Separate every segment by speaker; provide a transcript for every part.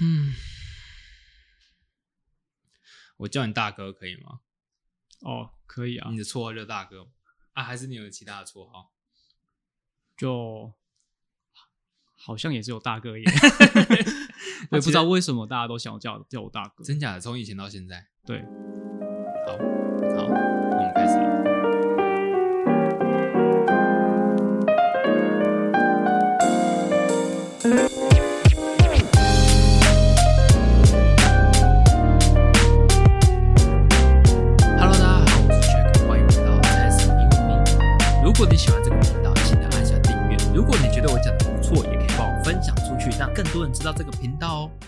Speaker 1: 嗯，我叫你大哥可以吗？
Speaker 2: 哦，可以啊
Speaker 1: 你，的绰号叫大哥吗啊，还是你有其他的绰号？
Speaker 2: 就好像也只有 大哥耶，
Speaker 1: 啊
Speaker 2: 我也不知道为什么大家都想要叫叫我大哥。
Speaker 1: 真假的？从以前到现在？
Speaker 2: 对，
Speaker 1: 好，好，我们开始了。Hello，大家好，我是 Jack，欢迎回到蔡司英文名。如果你喜欢这个频道，记得按下订阅。如果你觉得我讲的不错，也可以帮我分享出去，让更多人知道这个频道哦。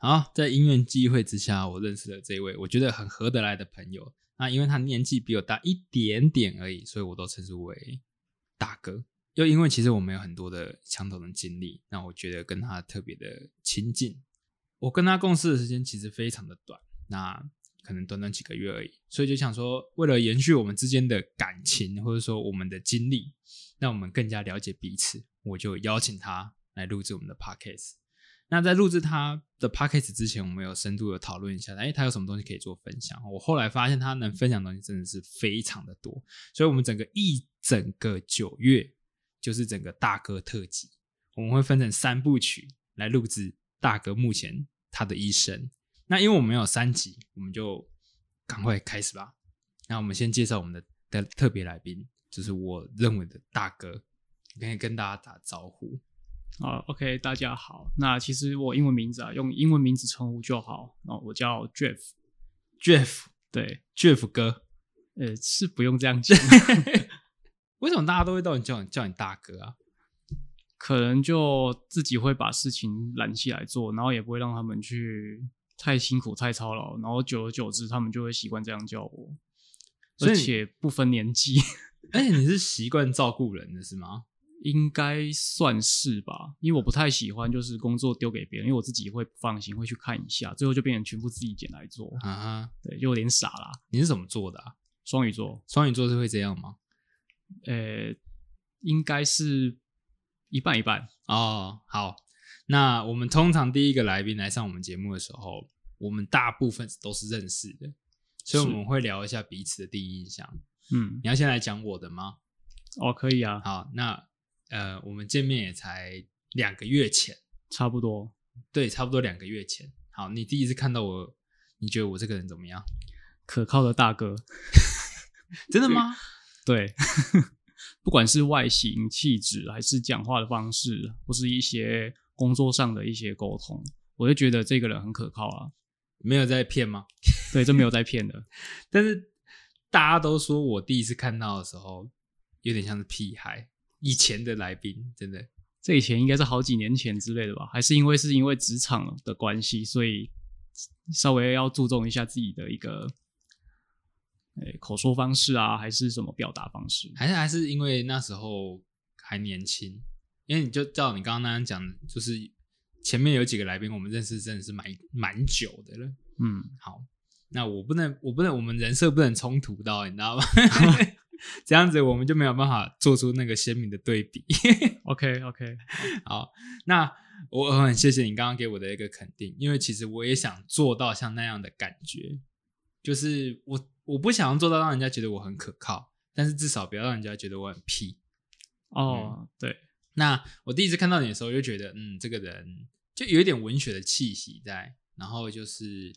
Speaker 1: 好，在因缘机会之下，我认识了这一位我觉得很合得来的朋友。那因为他年纪比我大一点点而已，所以我都称之为大哥。又因为其实我们有很多的相同的经历，那我觉得跟他特别的亲近。我跟他共事的时间其实非常的短，那可能短短几个月而已，所以就想说，为了延续我们之间的感情，或者说我们的经历，让我们更加了解彼此，我就邀请他来录制我们的 podcast。那在录制他的 podcast 之前，我们有深度的讨论一下，哎，他有什么东西可以做分享？我后来发现他能分享的东西真的是非常的多，所以我们整个一整个九月就是整个大哥特辑，我们会分成三部曲来录制大哥目前他的一生。那因为我们有三集，我们就赶快开始吧。那我们先介绍我们的的特别来宾，就是我认为的大哥，可以跟大家打招呼。
Speaker 2: 啊，OK，大家好。那其实我英文名字啊，用英文名字称呼就好。那我叫 Jeff，
Speaker 1: Jeff，
Speaker 2: 对，
Speaker 1: Jeff 哥，
Speaker 2: 呃，是不用这 样讲，
Speaker 1: 为什么大家都会叫你叫你叫你大哥啊？
Speaker 2: 可能就自己会把事情揽起来做，然后也不会让他们去太辛苦、太操劳，然后久而久之，他们就会习惯这样叫我，
Speaker 1: 所以
Speaker 2: 而
Speaker 1: 你
Speaker 2: 且不分年纪，
Speaker 1: 而哎且你是习惯照顾人的是吗？
Speaker 2: 应该算是吧，因为我不太喜欢就是工作丢给别人，因为我自己会不放心，会去看一下，最后就变成全部自己捡来做，
Speaker 1: 啊哈，
Speaker 2: 对，就有点傻啦。
Speaker 1: 你是怎么做的啊？
Speaker 2: 双鱼座，
Speaker 1: 双鱼座是会这样吗？
Speaker 2: 呃，应该是一半一半。
Speaker 1: 哦，好，那我们通常第一个来宾来上我们节目的时候，我们大部分都是认识的，所以我
Speaker 2: 是
Speaker 1: 们会聊一下彼此的第一印象。
Speaker 2: 嗯，
Speaker 1: 你要先来讲我的吗？
Speaker 2: 哦，可以啊，
Speaker 1: 好，那呃，我们见面也才两个月前，
Speaker 2: 差不多。
Speaker 1: 对，差不多两个月前。好，你第一次看到我，你觉得我这个人怎么样？
Speaker 2: 可靠的大哥，
Speaker 1: 真的吗？
Speaker 2: 对， 不管是外形、气质，还是讲话的方式，或是一些工作上的一些沟通，我就觉得这个人很可靠啊。
Speaker 1: 没有在骗吗？
Speaker 2: 对，这没有在骗的。
Speaker 1: 但是大家都说我第一次看到的时候，有点像是屁孩。以前的来宾真的
Speaker 2: 这以前应该是好几年前之类的吧？还是因为是因为职场的关系，所以稍微要注重一下自己的一个，诶、口说方式啊，还是什么表达方式？
Speaker 1: 还是还是因为那时候还年轻，因为你就照你刚刚那样讲的，就是前面有几个来宾我们认识真的是蛮蛮久的了。
Speaker 2: 嗯，
Speaker 1: 好，那我不能我不能我们人设不能冲突到，你知道吗？ 这样子我们就没有办法做出那个鲜明的对比。
Speaker 2: OK OK，
Speaker 1: 好，那我很谢谢你刚刚给我的一个肯定，因为其实我也想做到像那样的感觉，就是我我不想要做到让人家觉得我很可靠，但是至少不要让人家觉得我很屁。
Speaker 2: 哦，对，
Speaker 1: 那我第一次看到你的时候，就觉得嗯，这个人就有一点文学的气息在，然后就是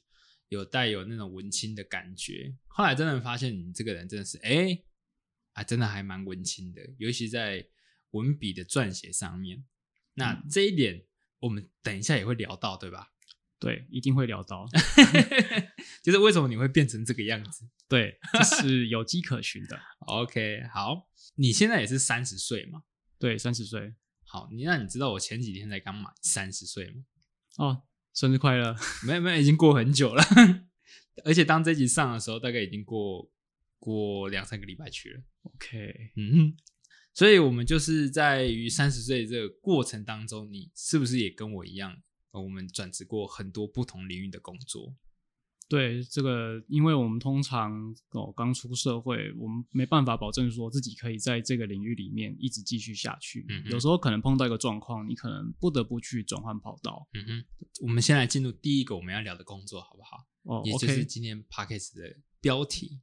Speaker 1: 有带有那种文青的感觉。后来真的发现你这个人真的是哎、诶啊，真的还蛮文青的，尤其在文笔的撰写上面。那
Speaker 2: 嗯
Speaker 1: 这一点我们等一下也会聊到，对吧？
Speaker 2: 对，一定会聊到，
Speaker 1: 就是为什么你会变成这个样子
Speaker 2: 对，这是有迹可循的。
Speaker 1: ？OK，好，你现在也是三十岁嘛？
Speaker 2: 对，三十岁
Speaker 1: 好，你那你知道我前几天才刚满三十岁吗？
Speaker 2: 哦，生日快乐！
Speaker 1: 没有没有，已经过很久了。 而且当这集上的时候，大概已经过过两三个礼拜去了。
Speaker 2: OK，
Speaker 1: 嗯哼，所以我们就是在于三十岁这个过程当中，你是不是也跟我一样，呃我们转职过很多不同领域的工作？
Speaker 2: 对这个，因为我们通常哦刚出社会，我们没办法保证说自己可以在这个领域里面一直继续下去。
Speaker 1: 嗯哼
Speaker 2: 有时候可能碰到一个状况，你可能不得不去转换跑道。
Speaker 1: 嗯哼，我们先来进入第一个我们要聊的工作，好不好？
Speaker 2: 哦
Speaker 1: 也就
Speaker 2: ，OK，
Speaker 1: 是今天 p a c k a g e 的标题。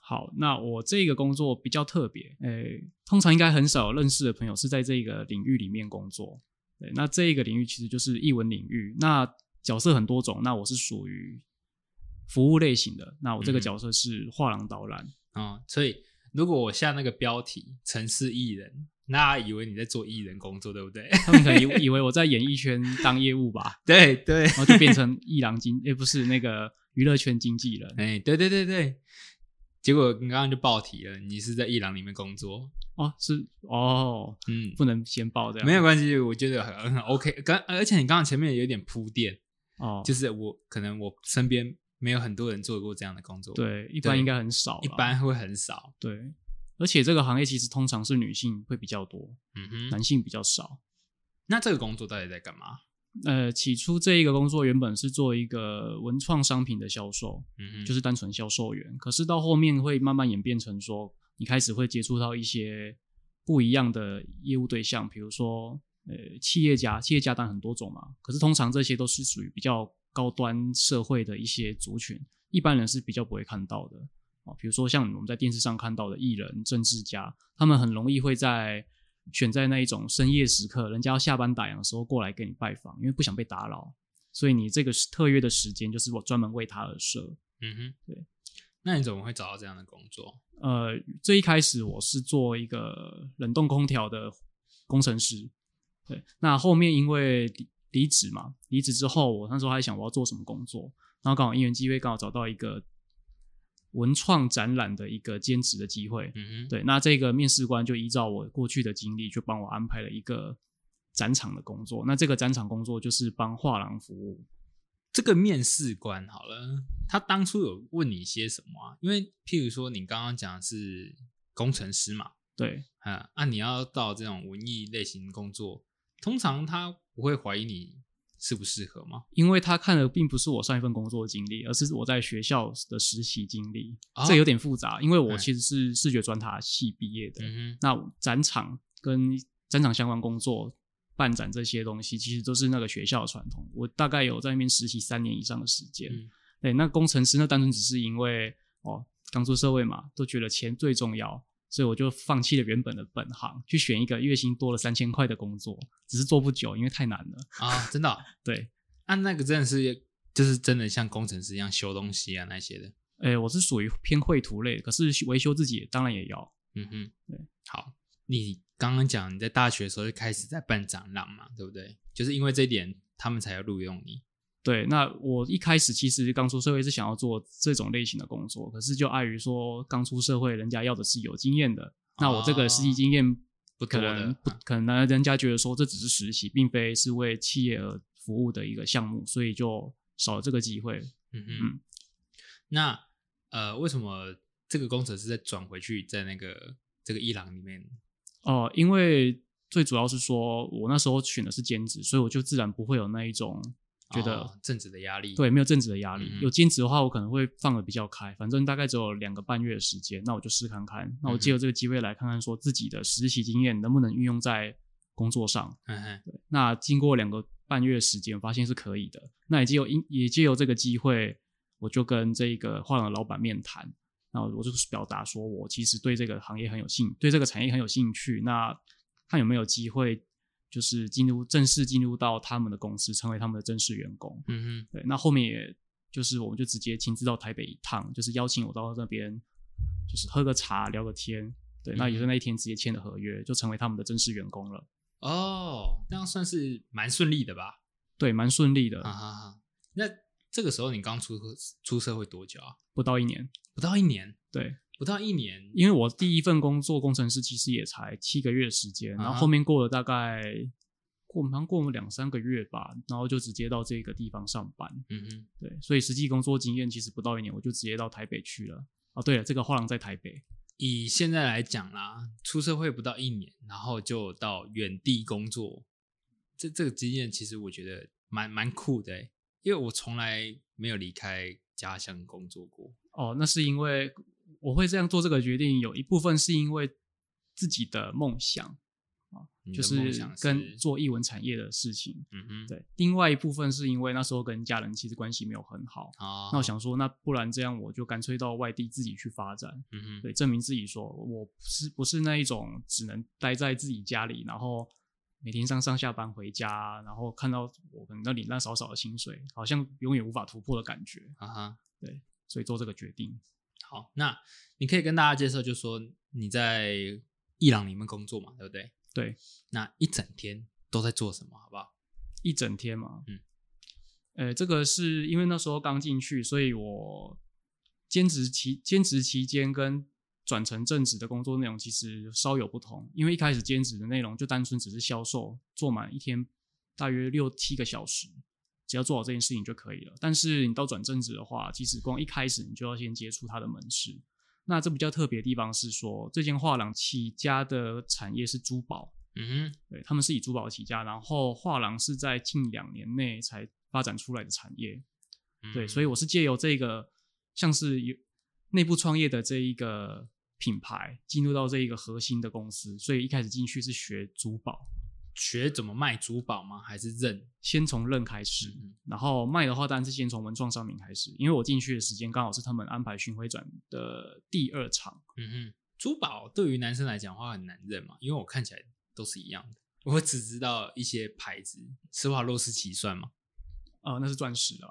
Speaker 2: 好，那我这个工作比较特别，诶，通常应该很少认识的朋友是在这个领域里面工作。对，那这一个领域其实就是译文领域，那角色很多种，那我是属于服务类型的，那我这个
Speaker 1: 嗯
Speaker 2: 角色是画廊导 览。
Speaker 1: 啊、所以如果我下那个标题“城市艺人”，那以为你在做艺人工作，对不对？，
Speaker 2: 他们可能以以为我在演艺圈当业务吧
Speaker 1: 对对，
Speaker 2: 然后就变成艺廊经，诶，不是那个娱乐圈经纪人
Speaker 1: 哎，对对对对。结果你刚刚就报题了，你是在伊朗里面工作，
Speaker 2: 哦，是哦，
Speaker 1: 嗯，
Speaker 2: 不能先报这样，
Speaker 1: 没有关系，我觉得很很 OK 刚。而且你刚刚前面有点铺垫，
Speaker 2: 哦，
Speaker 1: 就是是我可能我身边没有很多人做过这样的工作，，
Speaker 2: 对，一般
Speaker 1: 对
Speaker 2: 应该很少啦，
Speaker 1: 一般会很少，
Speaker 2: 对，而且这个行业其实通常是女性会比较多，
Speaker 1: 嗯哼。
Speaker 2: 男性比较少。
Speaker 1: 那这个工作到底在干嘛？
Speaker 2: 呃，起初这一个工作原本是做一个文创商品的销售，
Speaker 1: 嗯哼，
Speaker 2: 就是单纯销售员。可是到后面会慢慢演变成说，你开始会接触到一些不一样的业务对象，比如说呃企业家，企业家当然很多种嘛，可是通常这些都是属于比较高端社会的一些族群，一般人是比较不会看到的啊。比如说像我们在电视上看到的艺人、政治家，他们很容易会在。选在那一种深夜时刻，人家要下班打烊的时候过来给你拜访，因为不想被打扰，所以你这个特约的时间就是我专门为他而设。
Speaker 1: 嗯哼，
Speaker 2: 对。
Speaker 1: 那你怎么会找到这样的工作？
Speaker 2: 呃，最一开始我是做一个冷冻空调的工程师，对，那后面因为离离职嘛，离职之后，我那时候还想我要做什么工作，然后刚好因缘机会，刚好找到一个文创展览的一个兼职的机会，
Speaker 1: 嗯哼，
Speaker 2: 对，那这个面试官就依照我过去的经历，就帮我安排了一个展场的工作，那这个展场工作就是帮画廊服务，
Speaker 1: 这个面试官好了，他当初有问你些什么啊？因为譬如说你刚刚讲的是工程师嘛，
Speaker 2: 对，
Speaker 1: 啊，那、你要到这种文艺类型工作，通常他不会怀疑你适不适合吗？
Speaker 2: 因为他看的并不是我上一份工作的经历，而是我在学校的实习经历。
Speaker 1: 哦
Speaker 2: 这有点复杂，因为我
Speaker 1: 哎
Speaker 2: 其实是视觉专塔系毕业的。
Speaker 1: 嗯哼，
Speaker 2: 那展场跟展场相关工作、办展这些东西，其实都是那个学校的传统。我大概有在那边实习三年以上的时间。
Speaker 1: 嗯
Speaker 2: 对，那工程师那单纯只是因为哦刚出社会嘛，都觉得钱最重要，所以我就放弃了原本的本行，去选一个月薪多了三千块的工作，只是做不久，因为太难了。
Speaker 1: 啊，真的哦、
Speaker 2: 对，
Speaker 1: 啊，那个真的是就是真的像工程师一样修东西啊那些的。
Speaker 2: 诶，我是属于偏绘图类，可是维修自己也当然也要。
Speaker 1: 嗯哼，
Speaker 2: 对，
Speaker 1: 好，你刚刚讲你在大学的时候就开始在办展览嘛，对不对？就是因为这一点，他们才要录用你。
Speaker 2: 对，那我一开始其实刚出社会是想要做这种类型的工作，可是就碍于说刚出社会，人家要的是有经验的，那我这个实习经验
Speaker 1: 不
Speaker 2: 可
Speaker 1: 哦多的
Speaker 2: 能不
Speaker 1: 嗯
Speaker 2: 可能，人家觉得说这只是实习，并非是为企业而服务的一个项目，所以就少了这个机会。
Speaker 1: 嗯哼，
Speaker 2: 嗯
Speaker 1: 那呃，为什么这个工程师再转回去在那个这个伊朗里面？
Speaker 2: 哦、因为最主要是说我那时候选的是兼职，所以我就自然不会有那一种觉得
Speaker 1: 哦正职的压力，
Speaker 2: 对，，没有正职的压力。
Speaker 1: 嗯
Speaker 2: 有兼职的话，我可能会放的比较开，反正大概只有两个半月的时间，那我就试看看。那我借由这个机会来看看，说自己的实习经验能不能运用在工作上。
Speaker 1: 嗯哼，
Speaker 2: 那经过两个半月的时间，我发现是可以的。那也借由因也借由这个机会，我就跟这个画廊的老板面谈。那我就是表达说我其实对这个行业很有兴，对这个产业很有兴趣。那看有没有机会，就是进入正式进入到他们的公司，成为他们的正式员工。
Speaker 1: 嗯
Speaker 2: 对，那后面也就是我们就直接亲自到台北一趟，就是邀请我到那边，就是喝个茶聊个天。对，那也
Speaker 1: 嗯
Speaker 2: 是那一天直接签了合约，就成为他们的正式员工了。
Speaker 1: 哼，哦，这样算是蛮顺利的吧？
Speaker 2: 对，蛮顺利的，
Speaker 1: 啊哈哈。那这个时候你刚出出社会多久啊？
Speaker 2: 不到一年。
Speaker 1: 不到一年，
Speaker 2: 对，
Speaker 1: 不到一年，
Speaker 2: 因为我第一份工作工程师其实也才七个月的时间，然
Speaker 1: 啊
Speaker 2: 后
Speaker 1: 哈
Speaker 2: 后面过了大概过好像过了两三个月吧，然后就直接到这个地方上班。
Speaker 1: 嗯哼，
Speaker 2: 对，所以实际工作经验其实不到一年，我就直接到台北去了。哦，对了，这个画廊在台北。
Speaker 1: 以现在来讲啦，出社会不到一年，然后就到远地工作，这这个经验其实我觉得蛮蛮酷的欸、因为我从来没有离开家乡工作过。
Speaker 2: 哦，那是因为我会这样做这个决定，有一部分是因为自己的梦想啊，
Speaker 1: 你的
Speaker 2: 就是
Speaker 1: 梦想是
Speaker 2: 跟做译文产业的事情。
Speaker 1: 嗯哼，
Speaker 2: 对，另外一部分是因为那时候跟家人其实关系没有很好，
Speaker 1: 啊，
Speaker 2: 那我，想说，那不然这样我就干脆到外地自己去发展，
Speaker 1: 嗯哼，
Speaker 2: 对，证明自己说我不是不是那一种只能待在自己家里，然后每天上上下班回家，然后看到我可能那领那少少的薪水，好像永远无法突破的感觉，
Speaker 1: 啊哈，
Speaker 2: 所以做这个决定。
Speaker 1: 好，那你可以跟大家介绍，就说你在伊朗里面工作嘛，对不对？
Speaker 2: 对，
Speaker 1: 那一整天都在做什么，好不好？
Speaker 2: 一整天嘛。
Speaker 1: 嗯，
Speaker 2: 呃，这个是因为那时候刚进去，所以我兼职期兼职期间跟转成正职的工作内容其实稍有不同。因为一开始兼职的内容就单纯只是销售，做满一天大约六七个小时，只要做好这件事情就可以了。但是你到转正职的话，其实光一开始你就要先接触它的门市。那这比较特别的地方是说，这间画廊起家的产业是珠宝，
Speaker 1: 嗯
Speaker 2: 对，他们是以珠宝起家，然后画廊是在近两年内才发展出来的产业。
Speaker 1: 嗯哼，
Speaker 2: 对，所以我是借由这个像是有内部创业的这一个品牌，进入到这一个核心的公司，所以一开始进去是学珠宝，
Speaker 1: 学怎么卖珠宝吗？还是认？
Speaker 2: 先从认开始，
Speaker 1: 嗯
Speaker 2: 然后卖的话当然是先从文创商品开始，因为我进去的时间刚好是他们安排巡回展的第二场。
Speaker 1: 嗯哼，珠宝对于男生来讲的话很难认嘛，因为我看起来都是一样的， 我只知道一些牌子，施华洛世奇算吗？
Speaker 2: 呃，那是钻石 啊，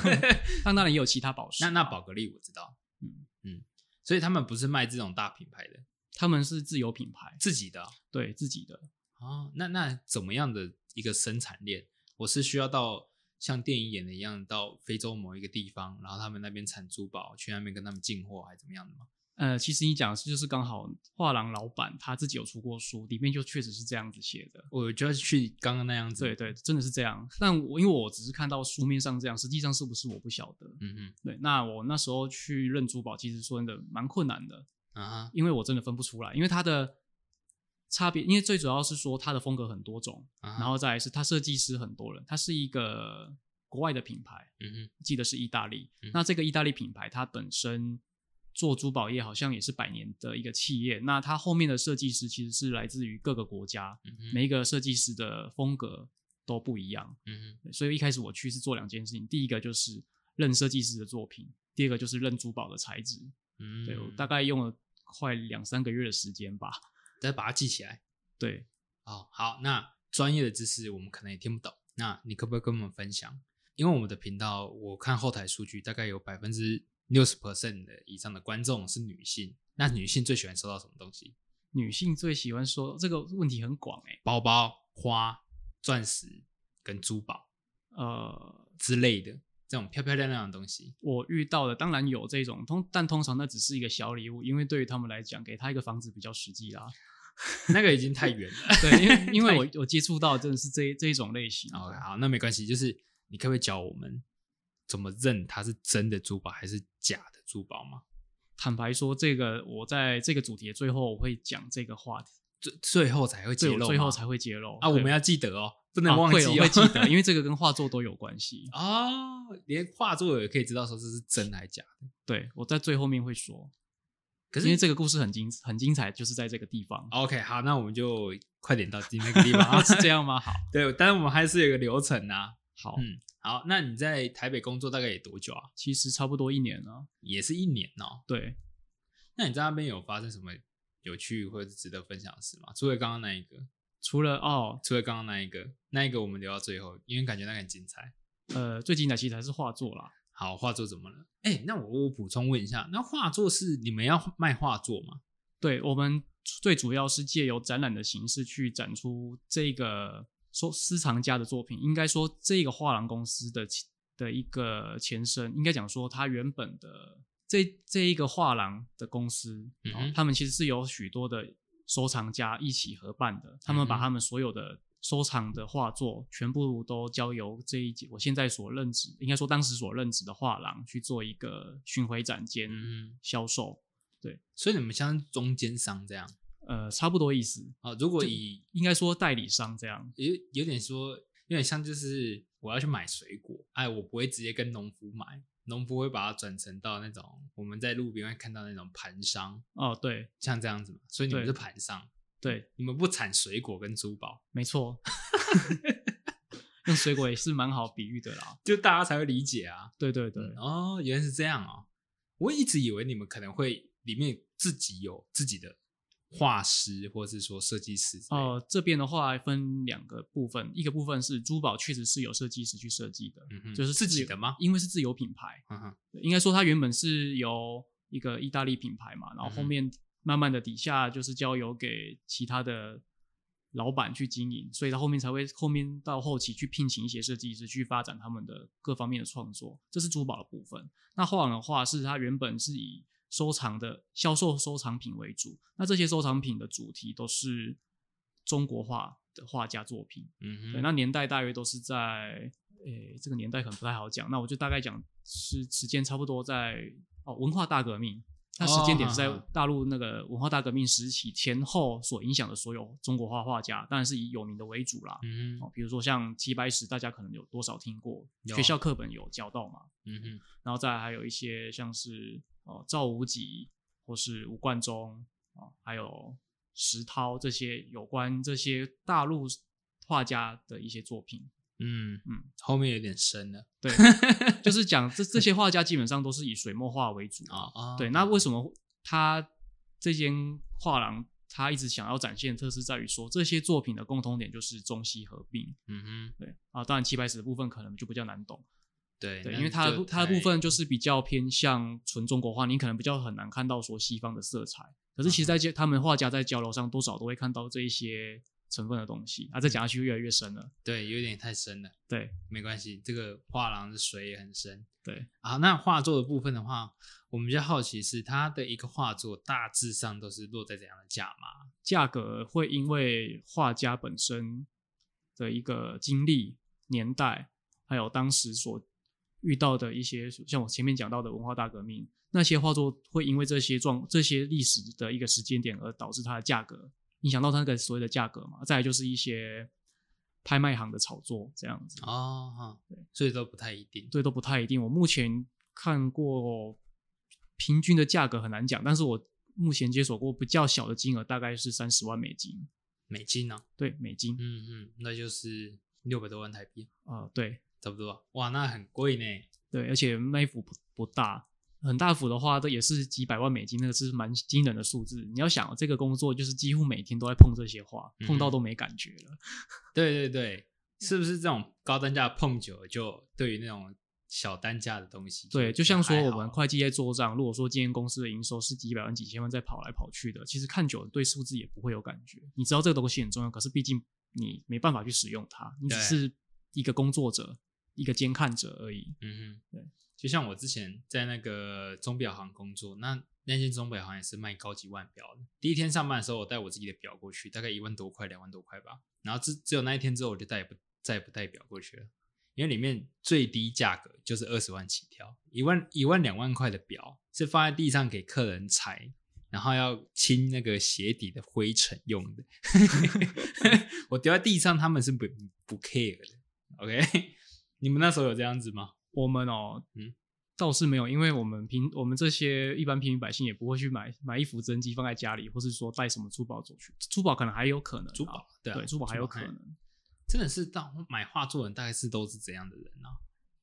Speaker 2: 但当然也有其他宝石。
Speaker 1: 那那宝格丽我知道，嗯
Speaker 2: 嗯
Speaker 1: 嗯，所以他们不是卖这种大品牌的，
Speaker 2: 他们是自有品牌，
Speaker 1: 自己的啊、
Speaker 2: 对自己的。
Speaker 1: 哦，那那怎么样的一个生产链？我是需要到像电影演的一样，到非洲某一个地方，然后他们那边产珠宝，去那边跟他们进货，还是怎么样的吗？
Speaker 2: 呃，其实你讲的是就是刚好画廊老板他自己有出过书，里面就确实是这样子写的。
Speaker 1: 我就要去刚刚那样子。
Speaker 2: 对，对，真的是这样。但我因为我只是看到书面上这样，实际上是不是我不晓得。
Speaker 1: 嗯
Speaker 2: 对，那我那时候去认珠宝，其实说真的蛮困难的，
Speaker 1: 哼，啊哈，
Speaker 2: 因为我真的分不出来，因为它的差别，因为最主要是说它的风格很多种，
Speaker 1: 啊哈
Speaker 2: 然后再来是它设计师很多人，它是一个国外的品牌，
Speaker 1: 嗯哼，
Speaker 2: 记得是意大利。
Speaker 1: 嗯
Speaker 2: 那这个意大利品牌它本身做珠宝业好像也是百年的一个企业，那它后面的设计师其实是来自于各个国家，
Speaker 1: 嗯哼，
Speaker 2: 每一个设计师的风格都不一样。
Speaker 1: 嗯哼，
Speaker 2: 对所以一开始我去是做两件事情，第一个就是认设计师的作品，第二个就是认珠宝的材质。
Speaker 1: 嗯，
Speaker 2: 对我大概用了快两三个月的时间吧。
Speaker 1: 再把它记起来。
Speaker 2: 对，
Speaker 1: 哦，好，那专业的知识我们可能也听不懂，那你可不可以跟我们分享？因为我们的频道，我看后台数据，大概有百分之六十 percent 的以上的观众是女性，那女性最喜欢收到什么东西？
Speaker 2: 女性最喜欢说这个问题很广哎、
Speaker 1: 包包、花、钻石跟珠宝
Speaker 2: 呃，
Speaker 1: 之类的这种漂漂亮亮的东西。
Speaker 2: 我遇到的当然有这种通，但通常那只是一个小礼物，因为对于他们来讲，给他一个房子比较实际啦。
Speaker 1: 那个已经太远了。
Speaker 2: 对，因为因为我我接触到真的是这这一种类型。啊
Speaker 1: OK，好，哦那没关系，就是你可不可以教我们怎么认它是真的珠宝还是假的珠宝吗？
Speaker 2: 坦白说，这个我在这个主题的最后我会讲这个话题，
Speaker 1: 最最后才会揭
Speaker 2: 对，我
Speaker 1: 露吗，
Speaker 2: 最后才会揭露
Speaker 1: 啊，我们
Speaker 2: 要
Speaker 1: 要记得哦，不
Speaker 2: 不
Speaker 1: 能忘记、哦。
Speaker 2: 会记得，因为这个跟画作都有关系 啊
Speaker 1: 哦，连画作也可以知道说这是真还假的。
Speaker 2: 对，我在最后面会说，
Speaker 1: 可是哦
Speaker 2: 因为这个故事很精很精彩，就是在这个地方。，
Speaker 1: OK，好，那我们就快点到今天那个地方啊
Speaker 2: 是这样吗？好，
Speaker 1: 对，但是我们还是有个流程啊。
Speaker 2: 好，
Speaker 1: 嗯好，那你在台北工作大概也多久啊？
Speaker 2: 其实差不多一年了。
Speaker 1: 也是一年哦。
Speaker 2: 对，
Speaker 1: 那你在那边有发生什么有趣或者是值得分享的事吗？除了刚刚那一个，
Speaker 2: 除了哦，
Speaker 1: 除了刚刚那一个，那一个我们留到最后，因为感觉那个很精彩。
Speaker 2: 呃，最精彩其实还是画作啦。
Speaker 1: 好，画作怎么了？哎、那我我补充问一下，那画作是你们要卖画作吗？
Speaker 2: 对我们最主要是借由展览的形式去展出这个收私藏家的作品，应该说这个画廊公司的其的一个前身，应该讲说它原本的这这一个画廊的公司，
Speaker 1: 嗯
Speaker 2: 哦
Speaker 1: 哼
Speaker 2: 他们其实是有许多的收藏家一起合办的，他们
Speaker 1: 嗯
Speaker 2: 把
Speaker 1: 哼
Speaker 2: 他们所有的。收藏的画作全部都交由这一届我现在所任职，应该说当时所任职的画廊去做一个巡回展间
Speaker 1: 嗯，
Speaker 2: 销售，
Speaker 1: 所以你们像是中间商这样
Speaker 2: 呃，差不多意思。
Speaker 1: 啊、哦如果
Speaker 2: 就
Speaker 1: 以
Speaker 2: 应该说代理商这样。
Speaker 1: 有有点说，有点像就是我要去买水果，哎，我不会直接跟农夫买，农夫会把它转成到那种我们在路边会看到那种盘商，
Speaker 2: 哦，对
Speaker 1: 像这样子嘛。所以你们
Speaker 2: 对
Speaker 1: 是盘商，
Speaker 2: 对，
Speaker 1: 你们不产水果跟珠宝，
Speaker 2: 没错， 用水果也是蛮好比喻的啦。
Speaker 1: 就大家才会理解啊。
Speaker 2: 对对对，
Speaker 1: 哦，原来是这样哦。我一直以为你们可能会里面自己有自己的画师，或是说设计师之类的
Speaker 2: 哦、这边的话分两个部分，一个部分是珠宝确实是有设计师去设计的，
Speaker 1: 嗯哼，
Speaker 2: 就是
Speaker 1: 自己
Speaker 2: 由
Speaker 1: 的吗？
Speaker 2: 因为是自有品牌，
Speaker 1: 嗯哼，
Speaker 2: 对应该说它原本是由一个意大利品牌嘛，然后后
Speaker 1: 嗯哼
Speaker 2: 面慢慢的底下就是交由给其他的老板去经营，所以到后面才会后面到后期去聘请一些设计师去发展他们的各方面的创作，这是珠宝的部分。那画廊的话是它原本是以收藏的销售收藏品为主，那这些收藏品的主题都是中国画的画家作品，
Speaker 1: 嗯哼，
Speaker 2: 对，那年代大约都是在，诶、这个年代可能不太好讲，那我就大概讲是时间差不多在哦文化大革命，它时间点是在
Speaker 1: 哦好好
Speaker 2: 大陆那个文化大革命时期前后所影响的所有中国画画家，当然是以有名的为主啦。
Speaker 1: 嗯哼，
Speaker 2: 哦，比如说像齐白石，大家可能有多少听过，
Speaker 1: 有
Speaker 2: 学校课本有教到嘛。
Speaker 1: 嗯哼，
Speaker 2: 然后再来还有一些像是哦赵无极或是吴冠中哦，还有石涛这些有关这些大陆画家的一些作品，
Speaker 1: 嗯
Speaker 2: 嗯，
Speaker 1: 后面有点深了
Speaker 2: 对，就是讲这这些画家基本上都是以水墨画为主
Speaker 1: 啊啊。
Speaker 2: 对，那为什么他这间画廊他一直想要展现的特色在于说这些作品的共通点就是中西合并，
Speaker 1: 嗯哼，
Speaker 2: 对啊，当然齐白石的部分可能就比较难懂。
Speaker 1: 对
Speaker 2: 对，
Speaker 1: 那
Speaker 2: 因为它的
Speaker 1: 就哎
Speaker 2: 部它的部
Speaker 1: 太
Speaker 2: 分就是比较偏向纯中国画，你可能比较很难看到说西方的色彩。可是
Speaker 1: 嗯
Speaker 2: 其实在交他们画家在交流上，多少都会看到这一些成分的东西啊。再讲下去越来越深了。
Speaker 1: 对有点太深了，
Speaker 2: 对
Speaker 1: 没关系，这个画廊的水也很深
Speaker 2: 对，
Speaker 1: 啊。那画作的部分的话，我们比较好奇是它的一个画作大致上都是落在怎样的价码？
Speaker 2: 价格会因为画家本身的一个经历、年代，还有当时所遇到的一些，像我前面讲到的文化大革命，那些画作会因为这些状、这些历史的一个时间点而导致它的价格，影响到它那个所谓的价格嘛。再来就是一些拍卖行的炒作这样子，
Speaker 1: 哦，哈所以都不太一定。
Speaker 2: 对，都不太一定。我目前看过平均的价格很难讲，但是我目前解锁过比较小的金额，大概是三十万美金。
Speaker 1: 美金呢、
Speaker 2: 对美金，
Speaker 1: 嗯嗯，那就是六百多万台币，
Speaker 2: 啊，对
Speaker 1: 差不多。哇，那很贵呢。
Speaker 2: 对，而且那一幅不不大，很大幅的话，这也是几百万美金，那个是蛮惊人的数字。你要想哦，这个工作就是几乎每天都在碰这些画，
Speaker 1: 嗯哼
Speaker 2: 碰到都没感觉了。
Speaker 1: 对对对，是不是这种高单价碰久了，就对于那种小单价的东西，
Speaker 2: 对，就像说我们
Speaker 1: 快
Speaker 2: 会计在做账，如果说今天公司的营收是几百万、几千万在跑来跑去的，其实看久了对数字也不会有感觉。你知道这个东西很重要，可是毕竟你没办法去使用它，你只
Speaker 1: 对
Speaker 2: 是一个工作者、一个监看者而已。
Speaker 1: 嗯哼，
Speaker 2: 对，
Speaker 1: 就像我之前在那个钟表行工作，那那间钟表行也是卖高级腕表的。第一天上班的时候，我带我自己的表过去，大概一万多块、两万多块吧。然后只只有那一天之后，我就再也不再也不带表过去了，因为里面最低价格就是二十万起跳，一万一万两万块的表是放在地上给客人踩。然后要清那个鞋底的灰尘用的， 我丢在地上，他们是不不 care 的。OK，你们那时候有这样子吗？
Speaker 2: 我们哦，
Speaker 1: 嗯
Speaker 2: 倒是没有，因为我们平我们这些一般平民百姓也不会去买买一幅真迹放在家里，或是说带什么珠宝走去，珠宝可能还有可能啊、
Speaker 1: 珠宝，对啊
Speaker 2: 对珠宝还有可
Speaker 1: 嘿
Speaker 2: 能，
Speaker 1: 真的是到买画作的人大概是都是怎样的人啊？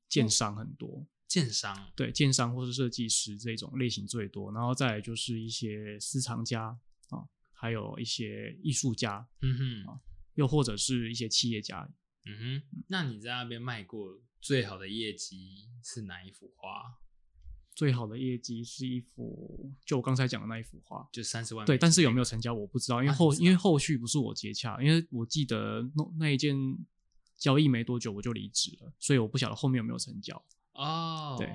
Speaker 2: 鉴赏很多，
Speaker 1: 建商，
Speaker 2: 对鉴赏或是设计师这种类型最多，然后再来就是一些私藏家啊、还有一些艺术家，
Speaker 1: 嗯哼，
Speaker 2: 又或者是一些企业家，
Speaker 1: 嗯哼。那你在那边卖过最好的业绩是哪一幅画？
Speaker 2: 最好的业绩是一幅，就我刚才讲的那一幅画，
Speaker 1: 就三十万美金那个。
Speaker 2: 对，但是有没有成交我不知道，因为
Speaker 1: 嗯啊
Speaker 2: 后、
Speaker 1: 你知道
Speaker 2: 因为后续不是我接洽，因为我记得那那一件交易没多久我就离职了，所以我不晓得后面有没有成交。
Speaker 1: 哦，
Speaker 2: 对，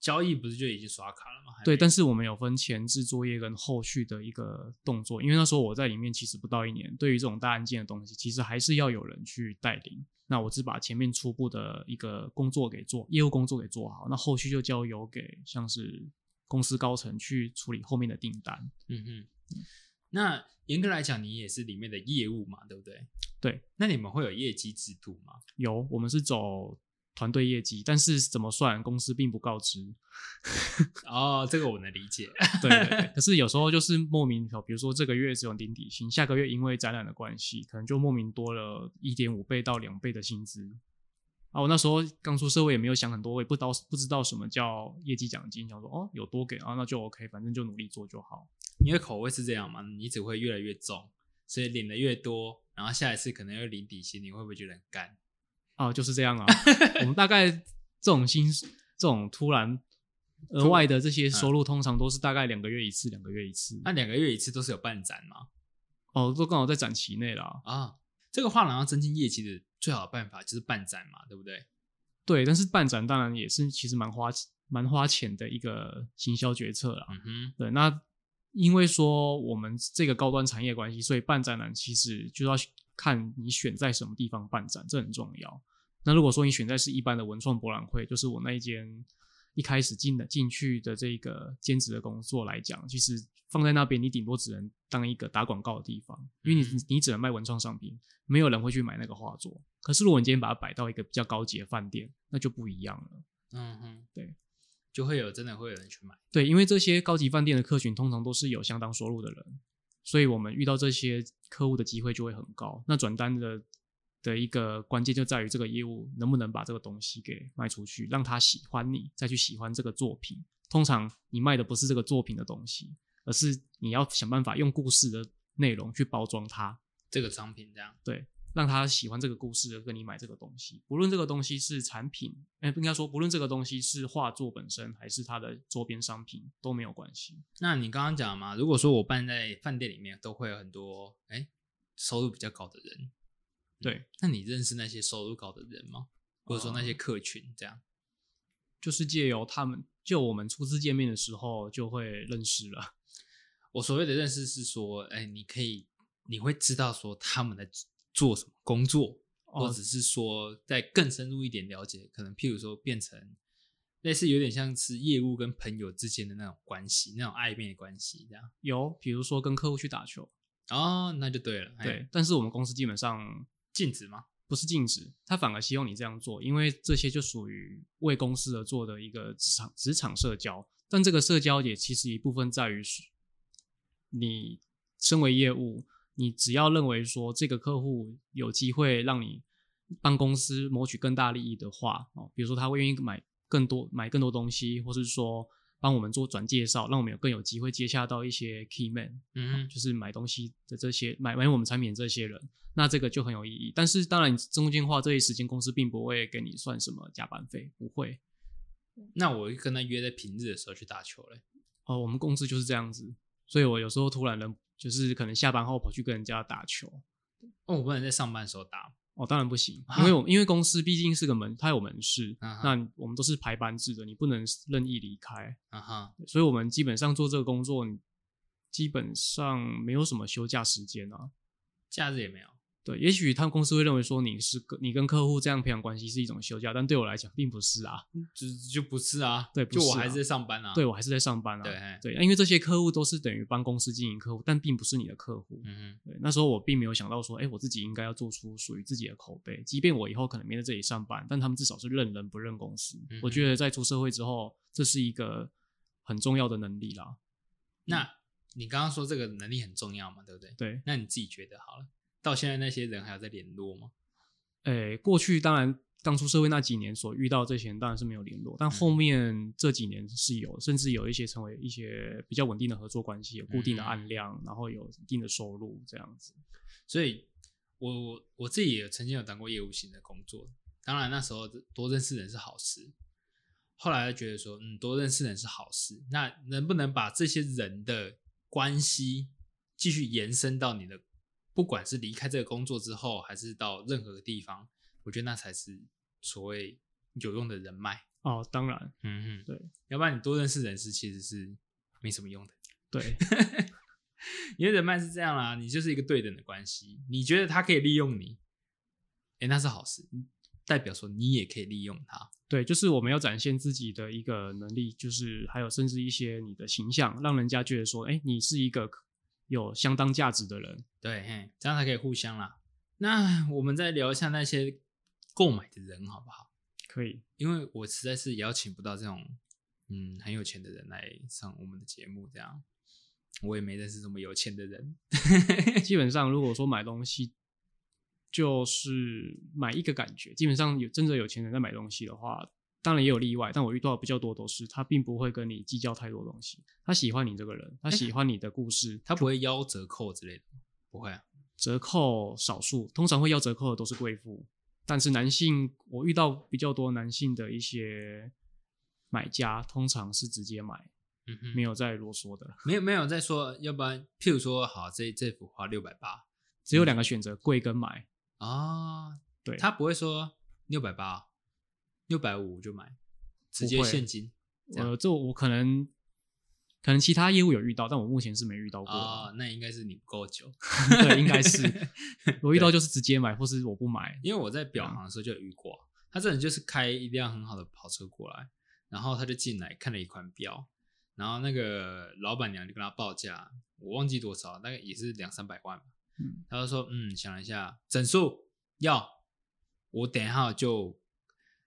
Speaker 1: 交易不是就已经刷卡了吗？还没
Speaker 2: 对，但是我们有分前置作业跟后续的一个动作，因为那时候我在里面其实不到一年，对于这种大案件的东西，其实还是要有人去带领。那我只把前面初步的一个工作给做，业务工作给做好，那后续就交由给像是公司高层去处理后面的订单。
Speaker 1: 嗯哼。那严格来讲，你也是里面的业务嘛，对不对？
Speaker 2: 对。
Speaker 1: 那你们会有业绩制度吗？
Speaker 2: 有，我们是走团队业绩，但是怎么算，公司并不告知。
Speaker 1: 哦，这个我能理解。
Speaker 2: 对对对，可是有时候就是莫名，比如说这个月只有零底薪，下个月因为展览的关系，可能就莫名多了一点五倍到两倍的薪资。啊，我那时候刚出社会也没有想很多，我也不知道不知道什么叫业绩奖金，想说哦有多给啊那就 OK，反正就努力做就好。
Speaker 1: 你的口味是这样吗？你只会越来越重，所以领的越多，然后下一次可能又领底薪，你会不会觉得很干？
Speaker 2: 啊，就是这样啊。我们大概这种薪这种突然额外的这些收入，通常都是大概两个月一次，两个月一次。
Speaker 1: 那两个月一次都是有办展吗？
Speaker 2: 哦，都刚好在展期内啦。
Speaker 1: 啊，这个画廊要增进业绩的最好的办法就是办展嘛，对不对？
Speaker 2: 对，但是办展当然也是其实蛮花蛮花钱的一个行销决策啦。
Speaker 1: 嗯哼，
Speaker 2: 对，那因为说我们这个高端产业关系，所以办展览其实就要看你选在什么地方办展，这很重要。那如果说你选在是一般的文创博览会，就是我那一间一开始进的进去的这个兼职的工作来讲，其实放在那边你顶多只能当一个打广告的地方，因为你你只能卖文创商品，没有人会去买那个画作。可是如果你今天把它摆到一个比较高级的饭店，那就不一样了。
Speaker 1: 嗯哼，
Speaker 2: 对，
Speaker 1: 就会有真的会有人去买。
Speaker 2: 对，因为这些高级饭店的客群通常都是有相当收入的人，所以我们遇到这些客户的机会就会很高。那转单的的一个关键就在于这个业务能不能把这个东西给卖出去，让他喜欢你，再去喜欢这个作品。通常你卖的不是这个作品的东西，而是你要想办法用故事的内容去包装它，
Speaker 1: 这个商品这样，
Speaker 2: 让他喜欢这个故事，而跟你买这个东西。不论这个东西是产品，哎、不应该说不论这个东西是画作本身，还是它的周边商品都没有关系。
Speaker 1: 那你刚刚讲嘛，如果说我办在饭店里面，都会有很多哎、收入比较高的人。
Speaker 2: 对，
Speaker 1: 那你认识那些收入高的人吗？或者说那些
Speaker 2: 哦
Speaker 1: 客群这样？
Speaker 2: 就是借由他们，就我们初次见面的时候就会认识了。
Speaker 1: 我所谓的认识是说，哎、你可以你会知道说他们在做什么工作，或
Speaker 2: 哦
Speaker 1: 者是说再更深入一点了解，可能譬如说变成类似有点像是业务跟朋友之间的那种关系，那种暧昧的关系这样。
Speaker 2: 有，比如说跟客户去打球，
Speaker 1: 哦，那就对了，哎
Speaker 2: 对，，但是我们公司基本上
Speaker 1: 禁止吗？
Speaker 2: 不是禁止，他反而希望你这样做，因为这些就属于为公司而做的一个职场职场社交。但这个社交也其实一部分在于是你身为业务，你只要认为说这个客户有机会让你帮公司谋取更大利益的话，哦，比如说他会愿意买更多买更多东西，或是说帮我们做转介绍，让我们有更有机会接洽到一些 key man，
Speaker 1: 嗯哼，
Speaker 2: 就是买东西的这些买买我们产品的这些人，那这个就很有意义。但是当然，你中间花这些时间，公司并不会给你算什么加班费，不会。
Speaker 1: 那我会跟他约在平日的时候去打球嘞。
Speaker 2: 哦，我们公司就是这样子，所以我有时候突然人就是可能下班后跑去跟人家打球，
Speaker 1: 哦，我不能在上班的时候打。
Speaker 2: 哦，当然不行，
Speaker 1: 啊
Speaker 2: 因为我因为公司毕竟是个门，它有门市，
Speaker 1: 啊哈
Speaker 2: 那我们都是排班制的，你不能任意离开，
Speaker 1: 啊哈，
Speaker 2: 所以我们基本上做这个工作，你基本上没有什么休假时间啊。
Speaker 1: 假日也没有。
Speaker 2: 对，也许他们公司会认为说你是个你跟客户这样培养关系是一种休假，但对我来讲并不是啊。
Speaker 1: 就就不是啊，
Speaker 2: 对不
Speaker 1: 就我
Speaker 2: 是啊
Speaker 1: 还是在上班啊。
Speaker 2: 对，我还是在上班啊。
Speaker 1: 对哎嘿
Speaker 2: 对，因为这些客户都是等于帮公司经营客户，但并不是你的客户。
Speaker 1: 嗯
Speaker 2: 对，那时候我并没有想到说，哎，我自己应该要做出属于自己的口碑，即便我以后可能没在这里上班，但他们至少是认人不认公司。
Speaker 1: 嗯哼
Speaker 2: 我觉得在出社会之后，这是一个很重要的能力啦。
Speaker 1: 哼，那你刚刚说这个能力很重要嘛，对不对？
Speaker 2: 对，
Speaker 1: 那你自己觉得好了，到现在那些人还有在联络吗？
Speaker 2: 诶，过去当然刚出社会那几年所遇到这些人当然是没有联络，但后面这几年是有，甚至有一些成为一些比较稳定的合作关系，有固定的案量，然后有一定的收入这样子。
Speaker 1: 所以我我我自己也曾经有当过业务型的工作，当然那时候多认识人是好事。后来就觉得说，嗯，多认识人是好事。那能不能把这些人的关系继续延伸到你的，不管是离开这个工作之后，还是到任何个地方，我觉得那才是所谓有用的人脉。
Speaker 2: 哦，当然，
Speaker 1: 嗯嗯，
Speaker 2: 对，
Speaker 1: 要不然你多认识人是其实是没什么用的，
Speaker 2: 对
Speaker 1: 因为人脉是这样啊啦，你就是一个对等的关系，你觉得他可以利用你，哎、那是好事，代表说你也可以利用他。
Speaker 2: 对，就是我们要展现自己的一个能力，就是还有甚至一些你的形象，让人家觉得说，哎，你是一个有相当价值的人。
Speaker 1: 对，嘿，这样才可以互相啦。那我们再聊一下那些购买的人好不好？
Speaker 2: 可以，
Speaker 1: 因为我实在是邀请不到这种嗯很有钱的人来上我们的节目，这样我也没认识这么有钱的人。
Speaker 2: 基本上如果说买东西，就是买一个感觉。基本上有真正有钱人在买东西的话，当然也有例外，但我遇到的比较多都是他并不会跟你计较太多东西，他喜欢你这个人，他喜欢你的故事，
Speaker 1: 他不会邀折扣之类的，不会啊。
Speaker 2: 折扣少数，通常会要折扣的都是贵妇，但是男性我遇到比较多男性的一些买家，通常是直接买，
Speaker 1: 嗯哼，
Speaker 2: 没有再啰嗦的。
Speaker 1: 没有没有在说，要不然譬如说，好，这这幅画六百八
Speaker 2: 只有两个选择，贵跟买。
Speaker 1: 啊，
Speaker 2: 对，
Speaker 1: 他不会说六百八，哦六百五就买，直接
Speaker 2: 不会
Speaker 1: 现金这样
Speaker 2: 呃，这我可能可能其他业务有遇到，但我目前是没遇到过。
Speaker 1: 啊、那应该是你不够久，
Speaker 2: 对，应该是我遇到就是直接买，或是我不买。
Speaker 1: 因为我在表
Speaker 2: 啊
Speaker 1: 行的时候就有遇过，他真的就是开一辆很好的跑车过来，然后他就进来看了一款表，然后那个老板娘就跟他报价，我忘记多少，大概也是两三百万吧。
Speaker 2: 嗯
Speaker 1: 他就说，嗯，想了一下，整数要，我等一下就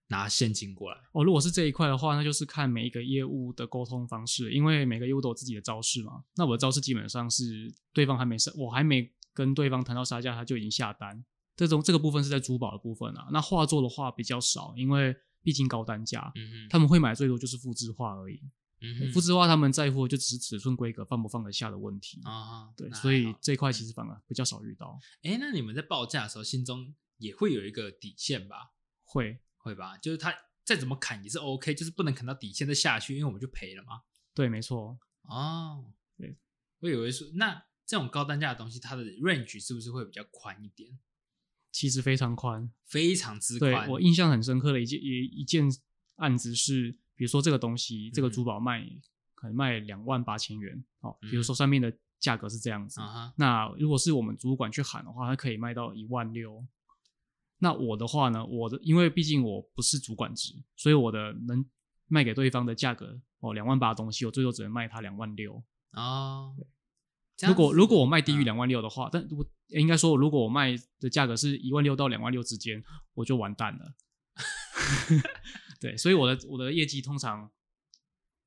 Speaker 1: 拿现金过来。
Speaker 2: 哦，如果是这一块的话，那就是看每一个业务的沟通方式，因为每个业务都有自己的招式嘛。那我的招式基本上是对方还没上，我还没跟对方谈到杀价，他就已经下单。这种这个部分是在珠宝的部分啊。那画作的话比较少，因为毕竟高单价，
Speaker 1: 嗯哼，
Speaker 2: 他们会买最多就是复制画而已。
Speaker 1: 嗯哼
Speaker 2: 复制画他们在乎的就只是尺寸、规格放不放得下的问题。
Speaker 1: 啊，
Speaker 2: 对，
Speaker 1: 那还
Speaker 2: 所以
Speaker 1: 好
Speaker 2: 这一块其实反而比较少遇到。
Speaker 1: 哎，那你们在报价的时候，心中也会有一个底线吧？
Speaker 2: 会，
Speaker 1: 会吧？就是他再怎么砍也是 OK，就是不能砍到底线再下去，因为我们就赔了嘛。
Speaker 2: 对，没错。
Speaker 1: 哦，
Speaker 2: 对，
Speaker 1: 我以为说那这种高单价的东西，它的 range 是不是会比较宽一点？
Speaker 2: 其实非常宽。
Speaker 1: 非常之
Speaker 2: 对
Speaker 1: 宽。
Speaker 2: 我印象很深刻的一件一一件案子是，比如说这个东西，这个
Speaker 1: 嗯
Speaker 2: 珠宝卖可能卖两万八千元，哦，
Speaker 1: 嗯
Speaker 2: 比如说上面的价格是这样子。
Speaker 1: 啊哈，
Speaker 2: 那如果是我们主管去喊的话，他可以卖到一万六。那我的话呢，我的因为毕竟我不是主管职，所以我的能卖给对方的价格哦，两万八的东西，我最多只能卖他两万六。
Speaker 1: 哦，这
Speaker 2: 如
Speaker 1: 样
Speaker 2: 果
Speaker 1: 子
Speaker 2: 如果我卖低于
Speaker 1: 嗯
Speaker 2: 两万六的话，但我应该说，如果我卖的价格是一万六到两万六之间，我就完 蛋了。对，所以我的我的业绩通常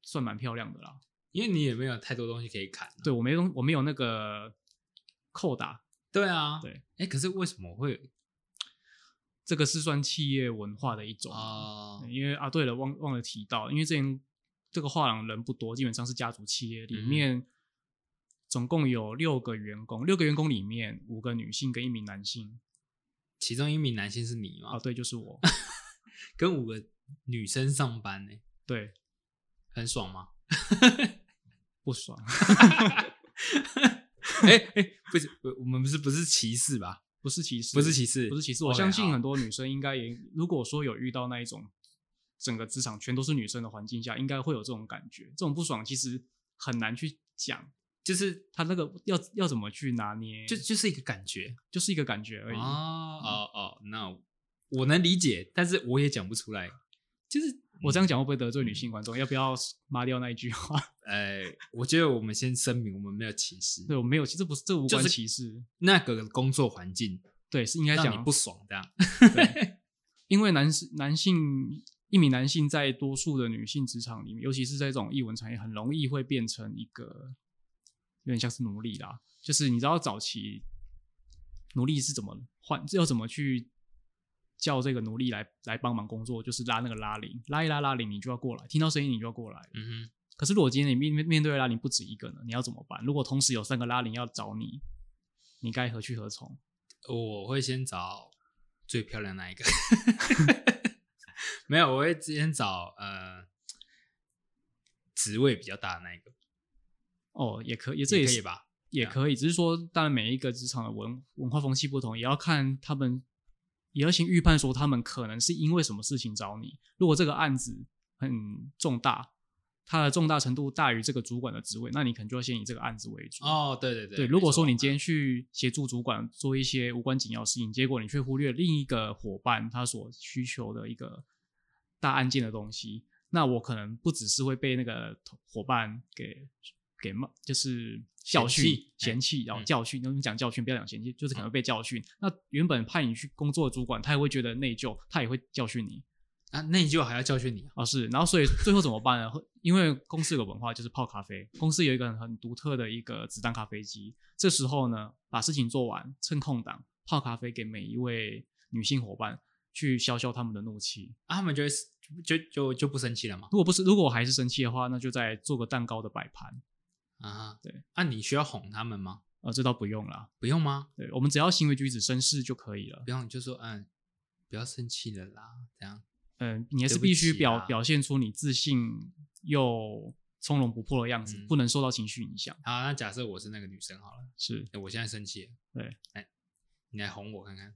Speaker 2: 算蛮漂亮的啦。
Speaker 1: 因为你也没有太多东西可以砍啊、
Speaker 2: 对我没东我没有那个扣打，
Speaker 1: 对啊，
Speaker 2: 对。
Speaker 1: 哎，可是为什么会
Speaker 2: 这个是算企业文化的一种。
Speaker 1: 哦
Speaker 2: 因为啊，对了，忘忘了提到，因为之前这个画廊人不多，基本上是家族企业，里
Speaker 1: 嗯
Speaker 2: 面总共有六个员工，六个员工里面五个女性跟一名男性
Speaker 1: 其中一名男性是你嘛？
Speaker 2: 啊，对，就是我，
Speaker 1: 跟五个女生上班呢、
Speaker 2: 对，
Speaker 1: 很爽吗？
Speaker 2: 不爽。
Speaker 1: 哎哎、不是，我我们不是不是歧视吧？
Speaker 2: 不是歧视，
Speaker 1: 不是歧视
Speaker 2: 不是歧视。我
Speaker 1: OK，
Speaker 2: 相信
Speaker 1: 好
Speaker 2: 很多女生应该也，如果说有遇到那一种整个职场全都是女生的环境下，应该会有这种感觉。这种不爽其实很难去讲，
Speaker 1: 就是
Speaker 2: 他那个要要怎么去拿捏，
Speaker 1: 就就是一个感觉
Speaker 2: 就是一个感觉而已。
Speaker 1: 哦哦哦，那我能理解，但是我也讲不出来。就是
Speaker 2: 我这样讲会不会得罪女
Speaker 1: 嗯
Speaker 2: 性观众？要不要抹掉那一句话？
Speaker 1: 呃，我觉得我们先声明，我们没有歧视
Speaker 2: 对，我没有，这不是这无关
Speaker 1: 就是
Speaker 2: 歧视。
Speaker 1: 那个工作环境
Speaker 2: 对，是应该
Speaker 1: 让
Speaker 2: 讲啊
Speaker 1: 你不爽这样。
Speaker 2: 因为男士男性一名男性在多数的女性职场里面，尤其是在这种译文产业，很容易会变成一个有点像是奴隶啦。就是你知道早期奴隶是怎么换，要怎么去叫这个奴隶来来帮忙工作，就是拉那个拉铃，拉一拉拉铃，你就要过来，听到声音你就要过来。
Speaker 1: 嗯哼，
Speaker 2: 可是如果今天你面面面对的拉铃不止一个呢，你要怎么办？如果同时有三个拉铃要找你，你该何去何从？
Speaker 1: 我会先找最漂亮那一个， 没有，我会先找呃职位比较大的那一个，
Speaker 2: 哦，也可以，这也
Speaker 1: 可
Speaker 2: 是
Speaker 1: 以吧？
Speaker 2: 也可以，只是说，当然每一个职场的文文化风气不同，也要看他们，也要先预判说他们可能是因为什么事情找你。如果这个案子很重大，它的重大程度大于这个主管的职位，那你可能就要先以这个案子为主。
Speaker 1: 哦，对对对嗯
Speaker 2: 对，
Speaker 1: 对，
Speaker 2: 如果说你今
Speaker 1: 天
Speaker 2: 天去协助主管做一些无关紧要的事情，结果你却忽略另一个伙伴他所需求的一个大案件的东西，那我可能不只是会被那个同伙伴给给骂，就是教
Speaker 1: 嫌
Speaker 2: 训
Speaker 1: 弃、
Speaker 2: 嫌
Speaker 1: 哎
Speaker 2: 弃，然后
Speaker 1: 嗯
Speaker 2: 教训。那你讲教训，不要讲嫌弃，就是可能会被教训。那原本派你去工作的主管，他也会觉得内疚，他也会教训你。
Speaker 1: 啊，内疚还要教训你啊？
Speaker 2: 啊，是，然后所以最后怎么办呢？会因为公司有个文化就是泡咖啡，公司有一个很独特的一个子弹咖啡机。这时候呢，把事情做完，趁空档泡咖啡给每一位女性伙伴，去消消他们的怒气。
Speaker 1: 啊他们就会就就就不生气了嘛？
Speaker 2: 如果不是，如果我还是生气的话，那就再做个蛋糕的摆盘。
Speaker 1: 啊，
Speaker 2: 对，
Speaker 1: 啊，你需要哄他们吗？
Speaker 2: 啊，这倒不用啦，
Speaker 1: 不用吗？
Speaker 2: 对我们只要行为举止绅士就可以了
Speaker 1: 不。用，你就说嗯，不要生气了啦，这样
Speaker 2: 嗯，你还是
Speaker 1: 对不
Speaker 2: 必须
Speaker 1: 起
Speaker 2: 表
Speaker 1: 啦
Speaker 2: 表现出你自信又从容不迫的样子，
Speaker 1: 嗯
Speaker 2: 不能受到情绪影响。
Speaker 1: 好，那假设我是那个女生好了，
Speaker 2: 是，
Speaker 1: 哎我现在生气了，
Speaker 2: 对，
Speaker 1: 哎，你来哄我看看，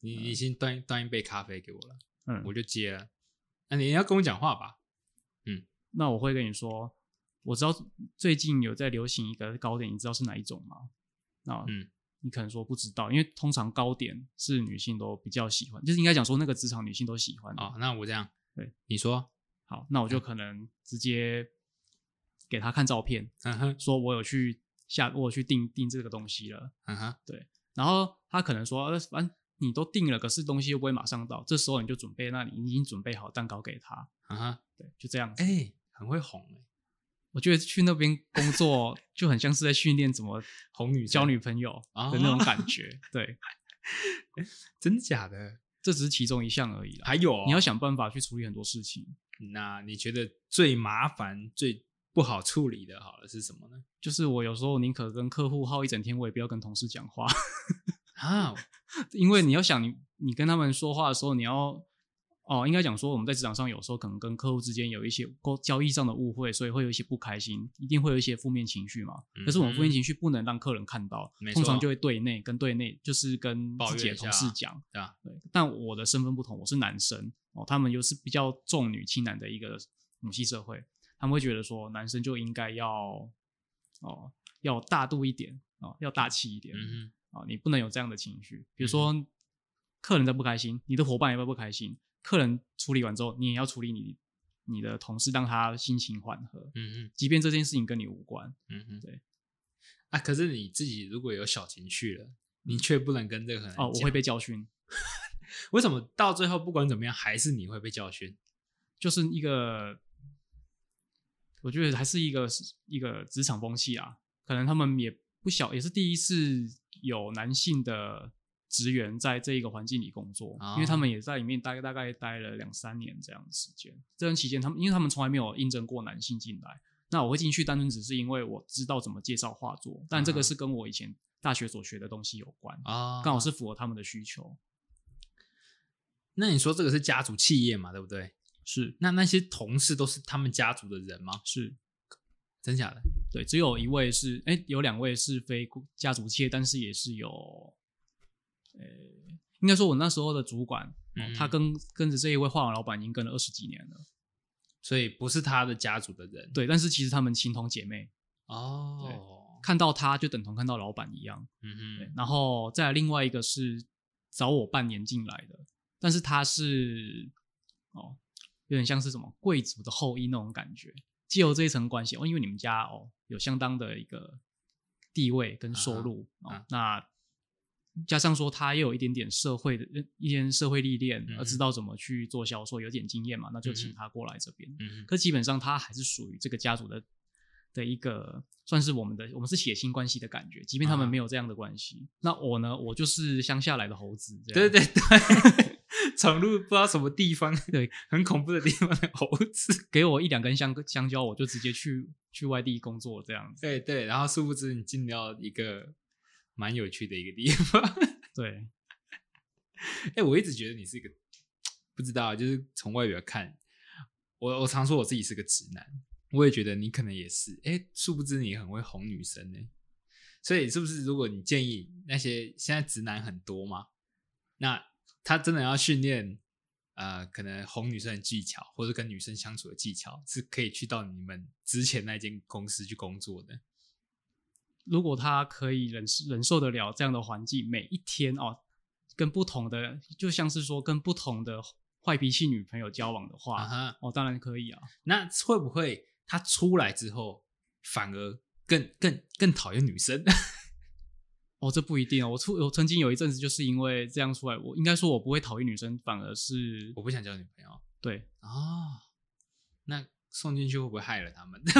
Speaker 1: 你你先端端一杯咖啡给我了，
Speaker 2: 嗯，
Speaker 1: 我就接了，那、你要跟我讲话吧？
Speaker 2: 那我会跟你说，我知道最近有在流行一个糕点，你知道是哪一种吗？那
Speaker 1: 嗯
Speaker 2: 你可能说不知道，因为通常糕点是女性都比较喜欢，就是应该讲说那个职场女性都喜欢的
Speaker 1: 哦，那我这样，
Speaker 2: 对，
Speaker 1: 你说，
Speaker 2: 好，那我就可能直接给他看照片，
Speaker 1: 嗯哼，
Speaker 2: 说我有去下，我有去订订这个东西了。
Speaker 1: 嗯哼，
Speaker 2: 然后他可能说，呃，反正你都定了，可是东西又不会马上到，这时候你就准备，那你已经准备好蛋糕给他，
Speaker 1: 嗯哼，
Speaker 2: 对，就这样子。
Speaker 1: 哎、很会哄、欸，
Speaker 2: 我觉得去那边工作就很像是在训练怎么
Speaker 1: 哄女生
Speaker 2: 交女朋友的那种感觉。 对，
Speaker 1: 哦真假的？
Speaker 2: 这只是其中一项而已啦。
Speaker 1: 还有哦、
Speaker 2: 你要想办法去处理很多事情，
Speaker 1: 那你觉得最麻烦、最不好处理的，好了是什么呢？
Speaker 2: 就是我有时候宁可跟客户耗一整天，我也不要跟同事讲话，
Speaker 1: 啊，
Speaker 2: 因为你要想你你跟他们说话的时候，你要。哦，应该讲说我们在职场上有时候可能跟客户之间有一些沟交易上的误会，所以会有一些不开心，一定会有一些负面情绪嘛。
Speaker 1: 嗯
Speaker 2: 可是我们负面情绪不能让客人看到
Speaker 1: 没，错
Speaker 2: 通常就会对内跟对内就是跟
Speaker 1: 抱
Speaker 2: 自己
Speaker 1: 怨
Speaker 2: 的
Speaker 1: 一
Speaker 2: 同
Speaker 1: 下
Speaker 2: 事讲，
Speaker 1: 对啊吧？
Speaker 2: 对，但我的身份不同，我是男生哦，他们又是比较重女轻男的一个母系社会，他们会觉得说男生就应该要哦要大度一点哦，要大气一点
Speaker 1: 嗯哼，
Speaker 2: 哦，你不能有这样的情绪。比如说、客人在不开心，你的伙伴也会不开心，客人处理完之后，你也要处理你你的同事，让他心情缓和，
Speaker 1: 嗯哼，
Speaker 2: 即便这件事情跟你无关。
Speaker 1: 嗯哼，
Speaker 2: 对。
Speaker 1: 啊，可是你自己如果有小情绪了，你却不能跟这个人
Speaker 2: 哦，我
Speaker 1: 讲
Speaker 2: 会被教训，
Speaker 1: 为什么到最后不管怎么样，还是你会被教训？
Speaker 2: 就是一个，我觉得还是一个一个职场风气啊。可能他们也不小，也是第一次有男性的职员在这一个环境里工作，
Speaker 1: 哦
Speaker 2: 因为他们也在里面大概大概待了两三年这样的时间。这段期间，他们因为他们从来没有应征过男性进来，那我会进去单纯只是因为我知道怎么介绍画作，但这个
Speaker 1: 嗯
Speaker 2: 是跟我以前大学所学的东西有关，
Speaker 1: 啊
Speaker 2: 刚好是符合他们的需求。
Speaker 1: 那你说这个是家族企业嘛，对不对？
Speaker 2: 是
Speaker 1: 那那些同事都是他们家族的人吗？
Speaker 2: 是，
Speaker 1: 真假的？
Speaker 2: 对，只有一位是，哎、有两位是非家族企业，但是也是有，呃，应该说我那时候的主管，哦
Speaker 1: 嗯
Speaker 2: 他跟跟着这一位画廊老板已经跟了二十几年了，
Speaker 1: 所以不是他的家族的人。
Speaker 2: 对，但是其实他们情同姐妹，
Speaker 1: 哦，
Speaker 2: 看到他就等同看到老板一样，
Speaker 1: 嗯
Speaker 2: 对
Speaker 1: 哼，，
Speaker 2: 然后再来另外一个是找我半年进来的，但是他是哦，有点像是什么贵族的后裔那种感觉，借由这一层关系哦，因为你们家哦有相当的一个地位跟收入、
Speaker 1: 啊哈
Speaker 2: 哦
Speaker 1: 啊，
Speaker 2: 那加上说他也有一点点社会的呃一点社会历练，
Speaker 1: 嗯
Speaker 2: 而知道怎么去做销售，有点经验嘛，那就
Speaker 1: 嗯
Speaker 2: 请
Speaker 1: 哼
Speaker 2: 他过来这边。
Speaker 1: 嗯哼，
Speaker 2: 可基本上他还是属于这个家族的的一个，算是我们的，我们是血亲关系的感觉，即便他们
Speaker 1: 啊
Speaker 2: 没有这样的关系。那我呢，我就是乡下来的猴子，这
Speaker 1: 对
Speaker 2: 样
Speaker 1: 对对，闯入不知道什么地方，
Speaker 2: 对，
Speaker 1: 很恐怖的地方的猴子。
Speaker 2: 给我一两根香香蕉，我就直接去去外地工作这样子。
Speaker 1: 对对，然后殊不知你进到一个蛮有趣的一个地方。
Speaker 2: 对，
Speaker 1: 哎、我一直觉得你是一个不知道，就是从外表看，我我常说我自己是个直男，我也觉得你可能也是。哎、殊不知你很会哄女生呢、所以是不是如果你建议那些现在直男很多嘛，那他真的要训练呃，可能哄女生的技巧，或者跟女生相处的技巧，是可以去到你们之前那间公司去工作的。
Speaker 2: 如果他可以忍忍受得了这样的环境，每一天哦，跟不同的，就像是说跟不同的坏脾气女朋友交往的话，
Speaker 1: 啊哈，
Speaker 2: 哦，当然可以啊。
Speaker 1: 那会不会他出来之后反而更更更讨厌女生？
Speaker 2: 哦，这不一定哦。我出我曾经有一阵子就是因为这样出来，我应该说我不会讨厌女生，反而是
Speaker 1: 我不想交女朋友。
Speaker 2: 对，
Speaker 1: 哦，那送进去会不会害了他们？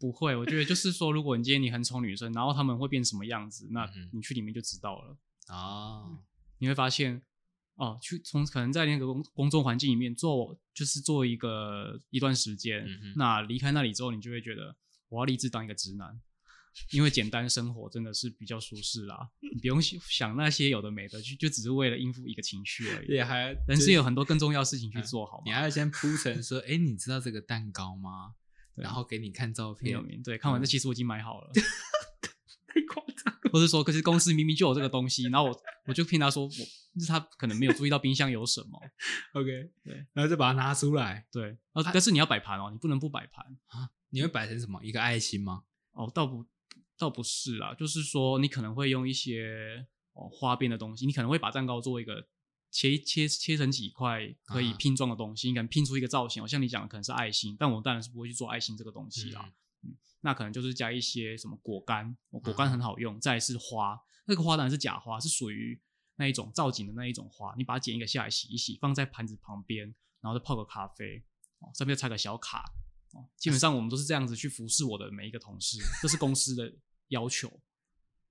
Speaker 2: 不会，我觉得就是说，如果你今天你很宠女生，然后她们会变什么样子，那
Speaker 1: 嗯哼
Speaker 2: 你去里面就知道了。
Speaker 1: 哦，
Speaker 2: 你会发现，哦，去从可能在那个工工作环境里面做，就是做一个一段时间，
Speaker 1: 嗯哼
Speaker 2: 那离开那里之后，你就会觉得我要立志当一个直男，因为简单生活真的是比较舒适啦，你不用想想那些有的没的，就就只是为了应付一个情绪而已。
Speaker 1: 也还
Speaker 2: 人是
Speaker 1: 有。
Speaker 2: 有很多更重要的事情去做好
Speaker 1: 嗯你
Speaker 2: 吗？
Speaker 1: 还要先铺陈说，哎、你知道这个蛋糕吗？
Speaker 2: 对
Speaker 1: 然后给你看照
Speaker 2: 很
Speaker 1: 片
Speaker 2: 有，名，对，看完
Speaker 1: 嗯
Speaker 2: 这其实我已经买好了，
Speaker 1: 太夸张了。
Speaker 2: 或者说，可是公司明明就有这个东西，然后我我就骗他说，我就是他可能没有注意到冰箱有什么，
Speaker 1: OK，啊
Speaker 2: 对，
Speaker 1: 然后就把它拿出来
Speaker 2: 对，然后但是你要摆盘哦，你不能不摆盘，
Speaker 1: 啊，你会摆成什么？一个爱心吗？
Speaker 2: 哦，倒不倒不是啦，就是说你可能会用一些哦花边的东西，你可能会把蛋糕做一个切切切成几块可以
Speaker 1: 啊
Speaker 2: 拼装的东西，你可能拼出一个造型、哦。像你讲的可能是爱心，但我当然是不会去做爱心这个东西啦。
Speaker 1: 嗯
Speaker 2: 嗯那可能就是加一些什么果干，哦、果
Speaker 1: 嗯
Speaker 2: 干很好用，再来是花，那个花当然是假花，是属于那一种造景的那一种花，你把它剪一个下来洗一洗，放在盘子旁边，然后再泡个咖啡，哦，上面再插个小卡，哦，基本上我们都是这样子去服侍我的每一个同事，这是公司的要求。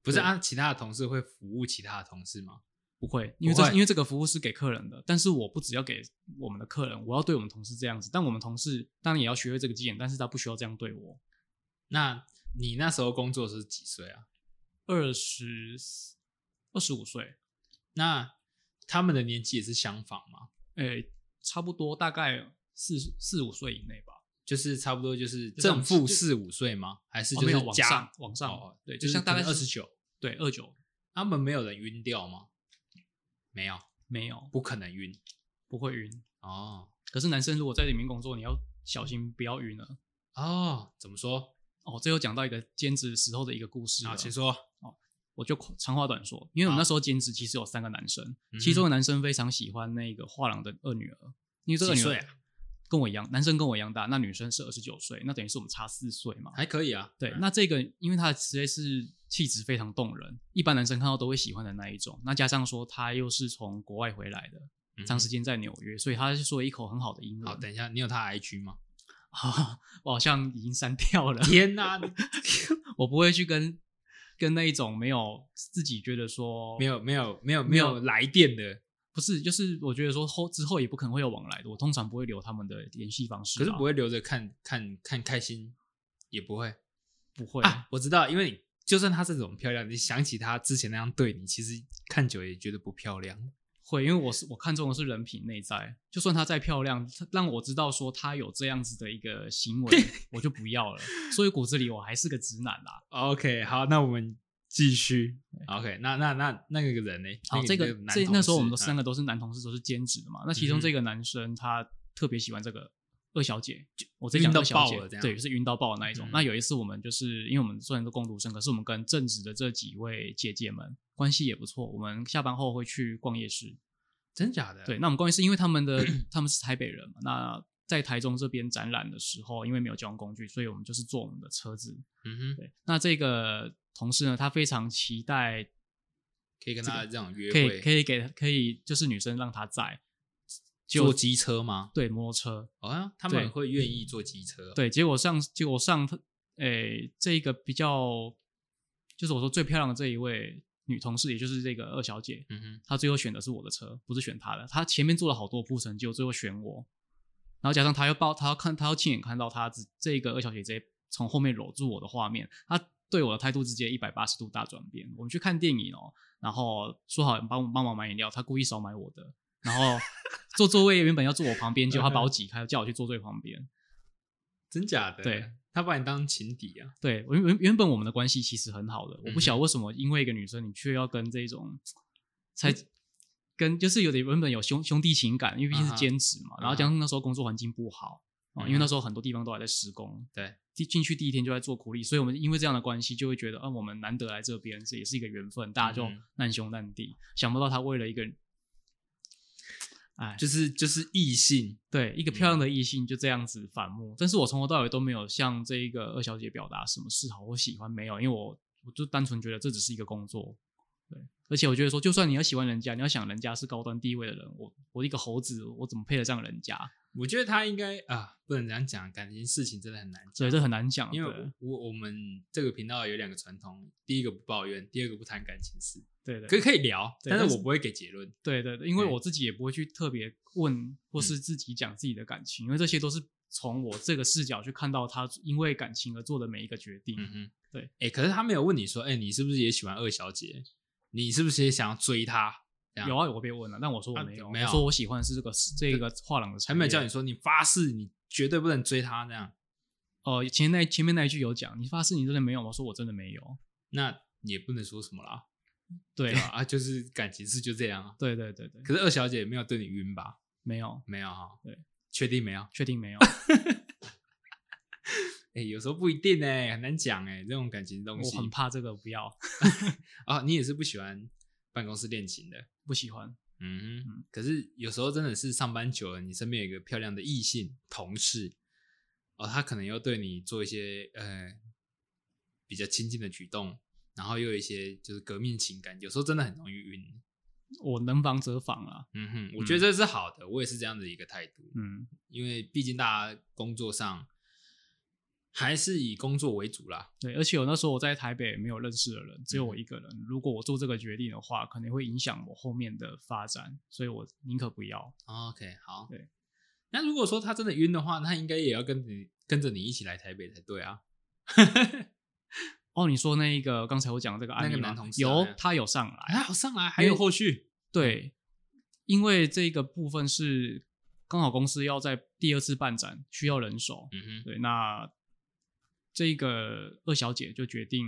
Speaker 1: 不是
Speaker 2: 对
Speaker 1: 啊，其他的同事会服务其他的同事吗？
Speaker 2: 不会，因为这
Speaker 1: 不
Speaker 2: 是
Speaker 1: 会
Speaker 2: 因为这个服务是给客人的，但是我不只要给我们的客人，我要对我们同事这样子，但我们同事当然也要学会这个技能，但是他不需要这样对我。
Speaker 1: 那你那时候工作是几岁啊？
Speaker 2: 二十二十五岁，
Speaker 1: 那他们的年纪也是相仿吗？
Speaker 2: 诶，呃差不多大概四四五岁以内吧，
Speaker 1: 哦就是差不多就是
Speaker 2: 就上
Speaker 1: 正负
Speaker 2: 就
Speaker 1: 四五岁吗？还是
Speaker 2: 哦
Speaker 1: 就
Speaker 2: 没
Speaker 1: 是
Speaker 2: 有往
Speaker 1: 加
Speaker 2: 上往上
Speaker 1: 哦，对，
Speaker 2: 就像大概
Speaker 1: 二
Speaker 2: 是
Speaker 1: 十九，
Speaker 2: 对，二九
Speaker 1: 他们没有人晕掉吗？没有，
Speaker 2: 没有
Speaker 1: 不可能晕
Speaker 2: 不会晕。
Speaker 1: 哦
Speaker 2: 可是男生如果在里面工作，你要小心不要晕了。
Speaker 1: 哦，怎么说？
Speaker 2: 哦，这又讲到一个兼职时候的一个故事了
Speaker 1: 好，啊请说。
Speaker 2: 我就长话短说，因为我们那时候兼职其实有三个男生，
Speaker 1: 嗯
Speaker 2: 其中的男生非常喜欢那个画廊的二女儿，因为这个
Speaker 1: 几
Speaker 2: 女
Speaker 1: 岁
Speaker 2: 儿
Speaker 1: 啊
Speaker 2: 跟我一样，男生跟我一样大，那女生是二十九岁，那等于是我们差四岁嘛。
Speaker 1: 还可以啊。
Speaker 2: 对，那这个因为她实在是气质非常动人，一般男生看到都会喜欢的那一种。那加上说她又是从国外回来的，
Speaker 1: 嗯
Speaker 2: 长时间在纽约，所以她说一口很好的英文。
Speaker 1: 好，等一下，你有他 IG 吗？
Speaker 2: 我好像已经删掉了。
Speaker 1: 天哪、
Speaker 2: 我不会去跟跟那一种没有自己觉得说
Speaker 1: 没有没有没有没
Speaker 2: 没有
Speaker 1: 有来电的，
Speaker 2: 不是，啊就是我觉得说后之后也不可能会有往来的，我通常不会留他们的联系方式啊，
Speaker 1: 可是不会留着看看看开心，也不会
Speaker 2: 不会、
Speaker 1: 啊。我知道，因为你就算她这种漂亮，你想起她之前那样对你，其实看久了也觉得不漂亮。
Speaker 2: 会，因为我是我看中的是人品内在，就算她再漂亮，她让我知道说她有这样子的一个 行为，我就不要了。所以骨子里我还是个直男啦。
Speaker 1: OK，好，那我们继续。OK，那那那那个人呢？
Speaker 2: 好，
Speaker 1: 那
Speaker 2: 这
Speaker 1: 个
Speaker 2: 个
Speaker 1: 你的男
Speaker 2: 这
Speaker 1: 同
Speaker 2: 那时候
Speaker 1: 事嗯
Speaker 2: 我们都三
Speaker 1: 啊
Speaker 2: 个都是男同事，都是兼职的嘛。那其中这个男生他特别喜欢这个二小姐，我在讲
Speaker 1: 晕到
Speaker 2: 二小姐
Speaker 1: 爆了这，样
Speaker 2: 对，是晕到爆的那一种
Speaker 1: 嗯。
Speaker 2: 那有一次我们就是因为我们虽然都共读生，可是我们跟正职的这几位姐姐们关系也不错，我们下班后会去逛夜市。
Speaker 1: 真假的？
Speaker 2: 对，那我们关系是因为他 们的他们是台北人嘛，那在台中这边展览的时候，因为没有交通工具，所以我们就是坐我们的车子。
Speaker 1: 嗯哼，
Speaker 2: 对，那这个同事呢，他非常期待
Speaker 1: 可以跟他这种约
Speaker 2: 可以可
Speaker 1: 会，
Speaker 2: 以给可以就是女生让她在
Speaker 1: 坐机车吗？
Speaker 2: 对摩托车
Speaker 1: 好像他们
Speaker 2: 对
Speaker 1: 会愿意坐机车哦。
Speaker 2: 对，结果上结果上诶、这个比较就是我说最漂亮的这一位女同事，也就是这个二小姐，
Speaker 1: 嗯哼，
Speaker 2: 她最后选的是我的车，不是选她的。她前面做了好多铺陈，结果最后选我，然后加上她又抱，她要看，她要亲眼看到她这这个二小姐直接从后面搂住我的画面，她对我的态度直接一百八十度大转变。我们去看电影哦，然后说好帮我帮忙买饮料，她故意少买我的，然后 坐座位原本要坐我旁边，结果她把我挤开，叫我去坐最旁边。
Speaker 1: 真假的？
Speaker 2: 对，
Speaker 1: 他把你当情敌啊？
Speaker 2: 对，原原原本我们的关系其实很好的，
Speaker 1: 嗯
Speaker 2: 我不晓得为什么因为一个女生，你却要跟这种
Speaker 1: 嗯
Speaker 2: 才跟就是有点原本有兄兄弟情感，因为毕竟
Speaker 1: 啊哈嗯
Speaker 2: 是兼职嘛，然后加上那时候工作环境不好啊、因为那时候很多地方都还在施工，
Speaker 1: 对，
Speaker 2: 第进去第一天就在做苦力，所以我们因为这样的关系，就会觉得啊，我们难得来这边，这也是一个缘分，大家就
Speaker 1: 嗯
Speaker 2: 难兄难弟。想不到他为了一个，哎，
Speaker 1: 就是就是异性，嗯
Speaker 2: 对，一个漂亮的异性就这样子反目，但是我从头到尾都没有向这一个二小姐表达什么示好或喜欢，没有，因为我我就单纯觉得这只是一个工作，对，而且我觉得说，就算你要喜欢人家，你要想人家是高端地位的人，我我一个猴子，我怎么配得上人家？
Speaker 1: 我觉得他应该啊，不能这样讲，感情事情真的很难讲
Speaker 2: 所以。这很难讲。
Speaker 1: 因为
Speaker 2: 对
Speaker 1: 我我我们这个频道有两个传统，第一个不抱怨，第二个不谈感情事，
Speaker 2: 对对
Speaker 1: 可可以聊，
Speaker 2: 对
Speaker 1: 但
Speaker 2: 但
Speaker 1: 是
Speaker 2: 是
Speaker 1: 我不会给结论。
Speaker 2: 对对对，因为
Speaker 1: 对嗯
Speaker 2: 我自己也不会去特别问或是自己讲自己的感情，因为这些都是从我这个视角去看到他因为感情而做的每一个决定。
Speaker 1: 嗯哼，
Speaker 2: 对。
Speaker 1: 哎、可是他没有问你说，哎、你是不是也喜欢二小姐？你是不是也想要追她？这样
Speaker 2: 有啊，我被问了，但我说我
Speaker 1: 啊
Speaker 2: 没有，
Speaker 1: 没有
Speaker 2: 我说我喜欢的是这个这个画廊的
Speaker 1: 还
Speaker 2: 产业。
Speaker 1: 没有叫你说，你发誓你绝对不能追她这样。
Speaker 2: 哦、前那前面那一句有讲，你发誓你真的没有吗？我说我真的没有。
Speaker 1: 那也不能说什么啦，
Speaker 2: 对
Speaker 1: 对吧？啊，就是感情事就这样啊。
Speaker 2: 对对对对，
Speaker 1: 可是二小姐没有对你晕吧？
Speaker 2: 没有，
Speaker 1: 没有哈，
Speaker 2: 对，
Speaker 1: 确定没有？
Speaker 2: 确定没有。
Speaker 1: 哎、有时候不一定哎、很难讲哎、这种感情东
Speaker 2: 我
Speaker 1: 西
Speaker 2: 很怕这个，不要，
Speaker 1: 啊，你也是不喜欢办公室恋情的，
Speaker 2: 不喜欢。
Speaker 1: 嗯哼
Speaker 2: 嗯。
Speaker 1: 可是有时候真的是上班久了，你身边有一个漂亮的异性同事，哦，他可能要对你做一些呃比较亲近的举动，然后又有一些就是革命情感，有时候真的很容易晕。
Speaker 2: 我能防则防啦。
Speaker 1: 嗯哼，我觉得这是好的，我也是这样的一个态度。
Speaker 2: 嗯，
Speaker 1: 因为毕竟大家工作上还是以工作为主啦。
Speaker 2: 对，而且我那时候我在台北没有认识的人，只有
Speaker 1: 嗯
Speaker 2: 我一个人。如果我做这个决定的话，可能会影响我后面的发展，所以我宁可不要。
Speaker 1: 哦 OK，好，
Speaker 2: 对。
Speaker 1: 那如果说他真的晕的话，那应该也要跟你跟着你一起来台北才对啊。
Speaker 2: 哦，你说那一个刚才我讲的这个案例
Speaker 1: 那个
Speaker 2: 吗
Speaker 1: 男同事啊
Speaker 2: 有
Speaker 1: 那个
Speaker 2: 他有上来，
Speaker 1: 哎，好上来还有后续，
Speaker 2: 对，因为这个部分是刚好公司要在第二次办展需要人手，
Speaker 1: 嗯哼，
Speaker 2: 对，那这个二小姐就决定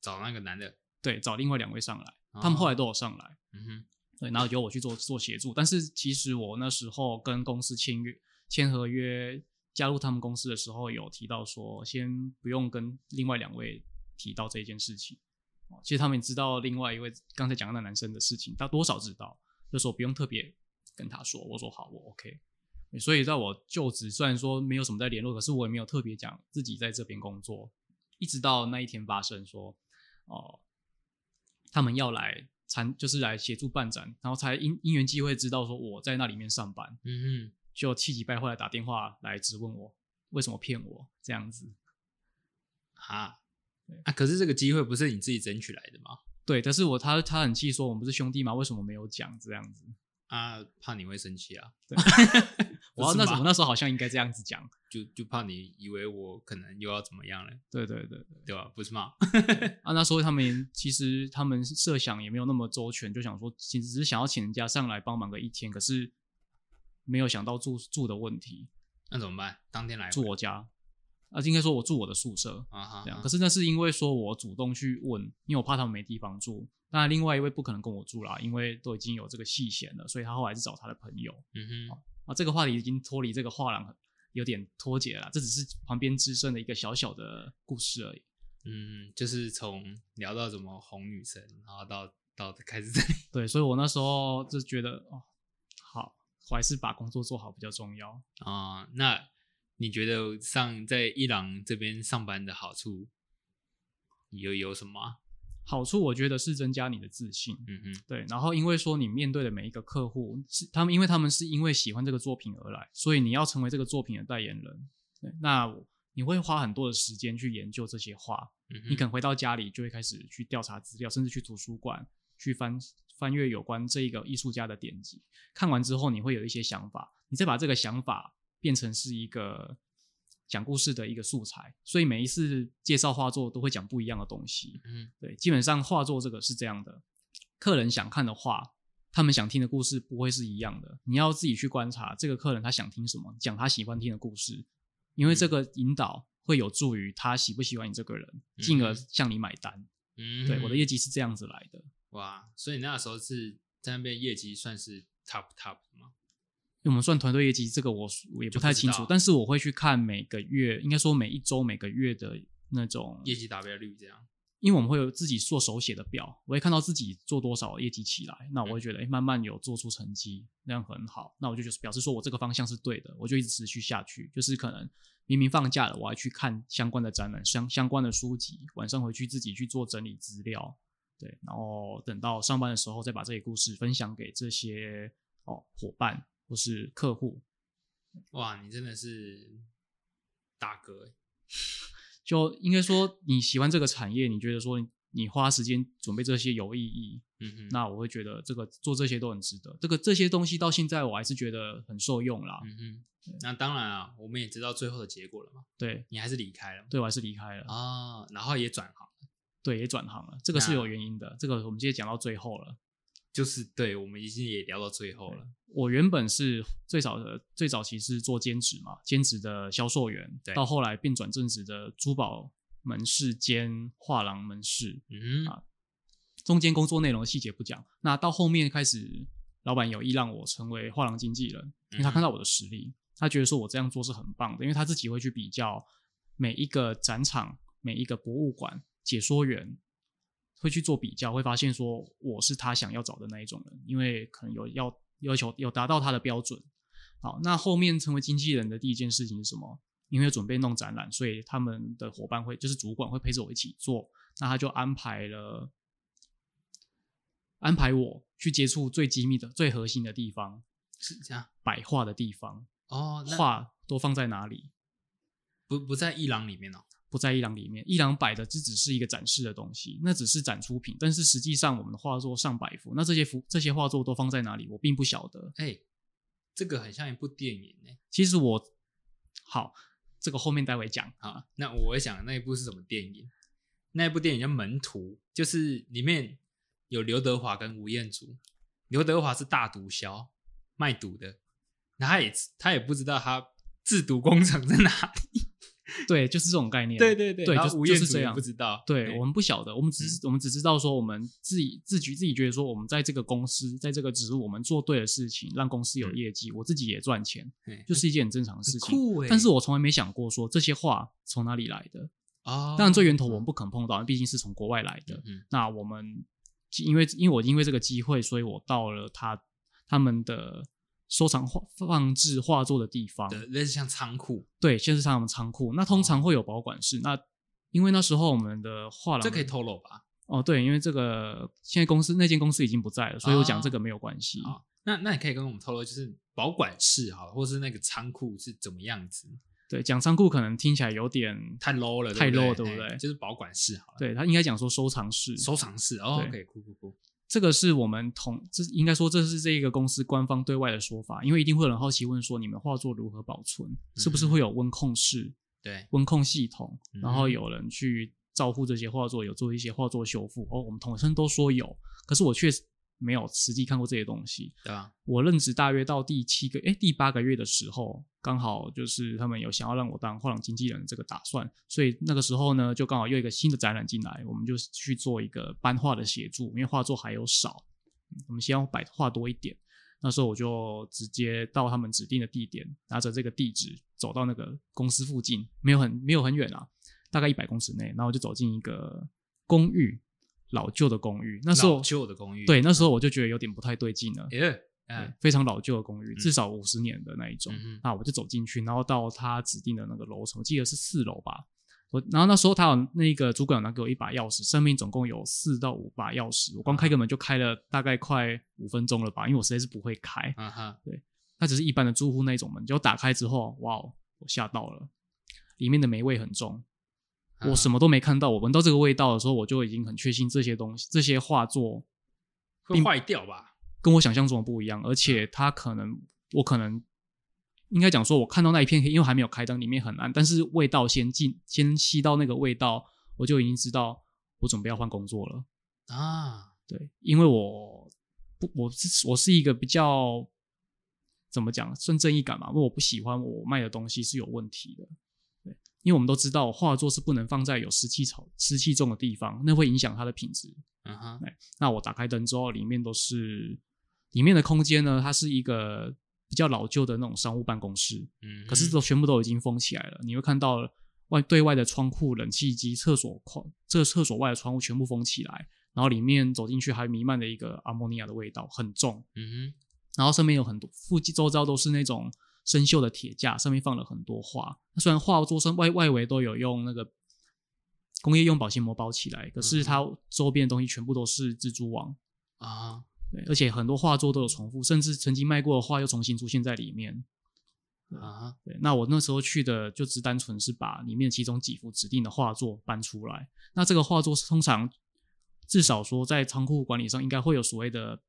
Speaker 1: 找那个男的，
Speaker 2: 对找另外两位上来，他们后来
Speaker 1: 哦，
Speaker 2: 都有上来，
Speaker 1: 嗯哼，
Speaker 2: 对，然后由我去做做协助。但是其实我那时候跟公司签约、签合约、加入他们公司的时候，有提到说，先不用跟另外两位提到这件事情。哦其实他们也知道另外一位刚才讲到那男生的事情，他多少知道，就说不用特别跟他说。我说好，我 OK。所以在我就职，虽然说没有什么在联络，可是我也没有特别讲自己在这边工作，一直到那一天发生说，哦、他们要来参，就是来协助办展，然后才因因缘机会知道说我在那里面上班，
Speaker 1: 嗯
Speaker 2: 就气急败坏地打电话来质问我为什么骗我这样子。
Speaker 1: 哼，哈
Speaker 2: 对，
Speaker 1: 啊，可是这个机会不是你自己争取来的吗？
Speaker 2: 对，但是我他他很气说我们不是兄弟吗？为什么没有讲这样子？
Speaker 1: 啊，怕你会生气啊，不
Speaker 2: 我要
Speaker 1: 是
Speaker 2: 那
Speaker 1: 吗
Speaker 2: 时候我那时候好像应该这样子讲。
Speaker 1: 就就怕你以为我可能又要怎么样了，
Speaker 2: 对对对对
Speaker 1: 对吧？不是吗？
Speaker 2: 啊，那时候他们其实他们设想也没有那么周全，就想说其实只是想要请人家上来帮忙个一天，可是没有想到住住的问题，
Speaker 1: 那怎么办？当天来回
Speaker 2: 住我家啊，应该说我住我的宿舍，
Speaker 1: 啊哈，
Speaker 2: 这样。
Speaker 1: 啊
Speaker 2: 可是那是因为说我主动去问，因为我怕他们没地方住。那另外一位不可能跟我住啦，因为都已经有这个戏弦了，所以他后来是找他的朋友。
Speaker 1: 嗯哼，
Speaker 2: 啊，这个话题已经脱离这个画廊有点脱节了啦，这只是旁边滋生的一个小小的故事而已。
Speaker 1: 嗯，就是从聊到怎么哄女生，然后到到开始这里，
Speaker 2: 对，所以我那时候就觉得哦，好，我还是把工作做好比较重要。
Speaker 1: 啊、那你觉得上在伊朗这边上班的好处有有什么啊、
Speaker 2: 好处我觉得是增加你的自信，
Speaker 1: 嗯哼，
Speaker 2: 对，然后因为说你面对的每一个客户是他们，因为他们是因为喜欢这个作品而来，所以你要成为这个作品的代言人。对，那我你会花很多的时间去研究这些画，
Speaker 1: 嗯哼
Speaker 2: 你可能回到家里就会开始去调查资料，甚至去图书馆去翻翻阅有关这个艺术家的典籍。看完之后，你会有一些想法，你再把这个想法变成是一个讲故事的一个素材。所以每一次介绍画作都会讲不一样的东西。
Speaker 1: 嗯
Speaker 2: 对，基本上画作这个是这样的，客人想看的画，他们想听的故事不会是一样的。你要自己去观察这个客人他想听什么，讲他喜欢听的故事，因
Speaker 1: 嗯
Speaker 2: 为这个引导会有助于他喜不喜欢你这个人，进而
Speaker 1: 嗯
Speaker 2: 向你买单。
Speaker 1: 嗯哼，
Speaker 2: 对，我的业绩是这样子来的。
Speaker 1: 哇，所以你那时候是在那边业绩算是 top top 的吗？
Speaker 2: 因为我们算团队业绩，这个我我也不太清
Speaker 1: 就不知
Speaker 2: 楚
Speaker 1: 道，
Speaker 2: 但是我会去看每个月，应该说每一周、每个月的那种
Speaker 1: 业绩达标率这样，
Speaker 2: 因为我们会有自己做手写的表，我会看到自己做多少业绩起来，那我会觉得，哎、慢慢有做出成绩，那样很好。那我就就是表示说我这个方向是对的，我就一直持续下去。就是可能明明放假了，我还去看相关的展览、相相关的书籍，晚上回去自己去做整理资料。对，然后等到上班的时候再把这些故事分享给这些哦伙伴或是客户，
Speaker 1: 哇，你真的是大哥欸
Speaker 2: 就应该说你喜欢这个产业，你觉得说你你花时间准备这些有意义，
Speaker 1: 嗯哼，
Speaker 2: 那我会觉得这个做这些都很值得。这个这些东西到现在我还是觉得很受用啦。
Speaker 1: 嗯哼，那当然啊，我们也知道最后的结果了嘛，
Speaker 2: 对，
Speaker 1: 你还是离开了嘛，
Speaker 2: 对我还是离开了，
Speaker 1: 啊，然后也转行，
Speaker 2: 对，也转行了，这个是
Speaker 1: 那
Speaker 2: 有原因的。这个我们今天讲到最后了。
Speaker 1: 就是对我们已经也聊到最后了，
Speaker 2: 我原本是最早的最早期是做兼职嘛，兼职的销售员
Speaker 1: 对，
Speaker 2: 到后来变转正职的珠宝门市兼画廊门市，
Speaker 1: 嗯哼
Speaker 2: 啊中间工作内容的细节不讲。那到后面开始，老板有意让我成为画廊经纪人，因为他看到我的实力，他觉得说我这样做是很棒的，因为他自己会去比较每一个展场、每一个博物馆、解说员。会去做比较，会发现说我是他想要找的那一种人，因为可能有要要求有达到他的标准。好，那后面成为经纪人的第一件事情是什么？因为准备弄展览，所以他们的伙伴会就是主管会陪着我一起做，那他就安排了，安排我去接触最机密的、最核心的地方，
Speaker 1: 是这样
Speaker 2: 摆画的地方，
Speaker 1: 哦，那
Speaker 2: 画都放在哪里，
Speaker 1: 不不在伊朗里面哦，
Speaker 2: 不在伊朗里面。伊朗摆的这只是一个展示的东西，那只是展出品，但是实际上我们的画作上百幅，那这些幅这些画作都放在哪里，我并不晓得。
Speaker 1: 哎，这个很像一部电影欸呢。
Speaker 2: 其实我好，这个后面待会讲 啊。
Speaker 1: 好，那我想那一部是什么电影？那一部电影叫《门徒》，就是里面有刘德华跟吴彦祖。刘德华是大毒枭，卖毒的，那他也他也不知道他制毒工厂在哪里。
Speaker 2: 对，就是这种概念。
Speaker 1: 对对对，
Speaker 2: 对
Speaker 1: 然后
Speaker 2: 就
Speaker 1: 吴彦
Speaker 2: 就是
Speaker 1: 祖
Speaker 2: 这
Speaker 1: 也
Speaker 2: 样
Speaker 1: 不知道。
Speaker 2: 对我们不晓得，我们只
Speaker 1: 嗯
Speaker 2: 是、我们只知道说，我们自己自己自己觉得说，我们在这个公司，在这个职务，我们做对的事情，让公司
Speaker 1: 嗯
Speaker 2: 有业绩，我自己也赚钱，
Speaker 1: 嘿
Speaker 2: 就是一件很正常的
Speaker 1: 很
Speaker 2: 事情。
Speaker 1: 酷哎、
Speaker 2: 但是我从来没想过说这些话从哪里来的。
Speaker 1: 哦，
Speaker 2: 当然，最源头我们不可能碰到，毕竟是从国外来的。
Speaker 1: 嗯
Speaker 2: 那我们因为因为我因为这个机会，所以我到了他他们的收藏画放置画作的地方。
Speaker 1: 的类似像仓库，
Speaker 2: 对，先是他们仓库，那通常会有保管室。那因为那时候我们的画廊
Speaker 1: 这可以透露吧？
Speaker 2: 哦，对，因为这个现在公司那间公司已经不在了，所以我讲这个没有关系。
Speaker 1: 啊、那那你可以跟我们透露，就是保管室好了，或是那个仓库是怎么样子？
Speaker 2: 对，讲仓库可能听起来有点
Speaker 1: 太 low 了，
Speaker 2: 太 low
Speaker 1: 对
Speaker 2: 对不
Speaker 1: 哎
Speaker 2: 对
Speaker 1: 就是保管室好了，
Speaker 2: 对他应该讲说收藏室，
Speaker 1: 收藏室哦
Speaker 2: 对
Speaker 1: ，OK，酷酷酷，
Speaker 2: 这个是我们同这应该说这是这个公司官方对外的说法，因为一定会有人好奇问说你们画作如何保存，是不是会有温控室、
Speaker 1: 对，
Speaker 2: 温控系统，
Speaker 1: 嗯
Speaker 2: 然后有人去照护这些画作，有做一些画作修复。哦，我们统称都说有，可是我确实没有实际看过这些东西。
Speaker 1: 对吧？
Speaker 2: 我任职大约到第七个哎第八个月的时候，刚好就是他们有想要让我当画廊经纪人的这个打算，所以那个时候呢，就刚好又有一个新的展览进来，我们就去做一个班画的协助，因为画作还有少，嗯我们希望摆画多一点。那时候我就直接到他们指定的地点，拿着这个地址走到那个公司附近，没有很没有很远啊，大概一百公尺内，然后我就走进一个公寓，老旧的公寓。那时候
Speaker 1: 老旧的公寓，
Speaker 2: 对，那时候我就觉得有点不太对劲了。
Speaker 1: 耶，
Speaker 2: 对
Speaker 1: 嗯，
Speaker 2: 非常老旧的公寓，至少五十年的那一种。
Speaker 1: 嗯哼
Speaker 2: 那我就走进去，然后到他指定的那个楼层，我记得是四楼吧。我然后那时候他有那个主管有拿给我一把钥匙，上面总共有四到五把钥匙，我光
Speaker 1: 啊
Speaker 2: 开个门就开了大概快五分钟了吧，因为我实在是不会开。
Speaker 1: 啊哈，
Speaker 2: 它只是一般的住户那一种门，结果打开之后，哇哦，我吓到了，里面的霉味很重。我什
Speaker 1: 么
Speaker 2: 么都没看到，我闻到这个味道的时候，我就已经很确信这些东西、这些画作
Speaker 1: 会坏掉吧？
Speaker 2: 跟我想象中的不一样，而且它可能我可能应该讲说，我看到那一片黑，因为还没有开灯，里面很暗，但是味道先进，先吸到那个味道，我就已经知道我准备要换工作了。
Speaker 1: 啊，
Speaker 2: 对，因为我不，我是我是一个比较怎么讲，算正义感嘛，因为我不喜欢我卖的东西是有问题的。对，因为我们都知道画作是不能放在有湿气潮、湿气重的地方，那会影响它的品质。
Speaker 1: 嗯哼，
Speaker 2: 那我打开灯之后，里面都是里面的空间呢，它是一个比较老旧的那种商务办公室，
Speaker 1: 嗯哼，
Speaker 2: 可是都全部都已经封起来了。你会看到外对外的窗户、冷气机、厕所框，这厕所外的窗户全部封起来，然后里面走进去还弥漫着一个阿莫尼亚的味道，很重。
Speaker 1: 嗯
Speaker 2: 然后上面有很多附近周遭都是那种生锈的铁架，上面放了很多画。那虽然画作上外外围都有用那个工业用保鲜膜包起来，可是它周边的东西全部都是蜘蛛网，
Speaker 1: 啊，
Speaker 2: 对，而且很多画作都有重复，甚至曾经卖过的画又重新出现在里面。
Speaker 1: 啊，
Speaker 2: 对，那我那时候去的就只单纯是把里面其中几幅指定的画作搬出来。那这个画作是通常至少说在仓库管理上应该会有所谓的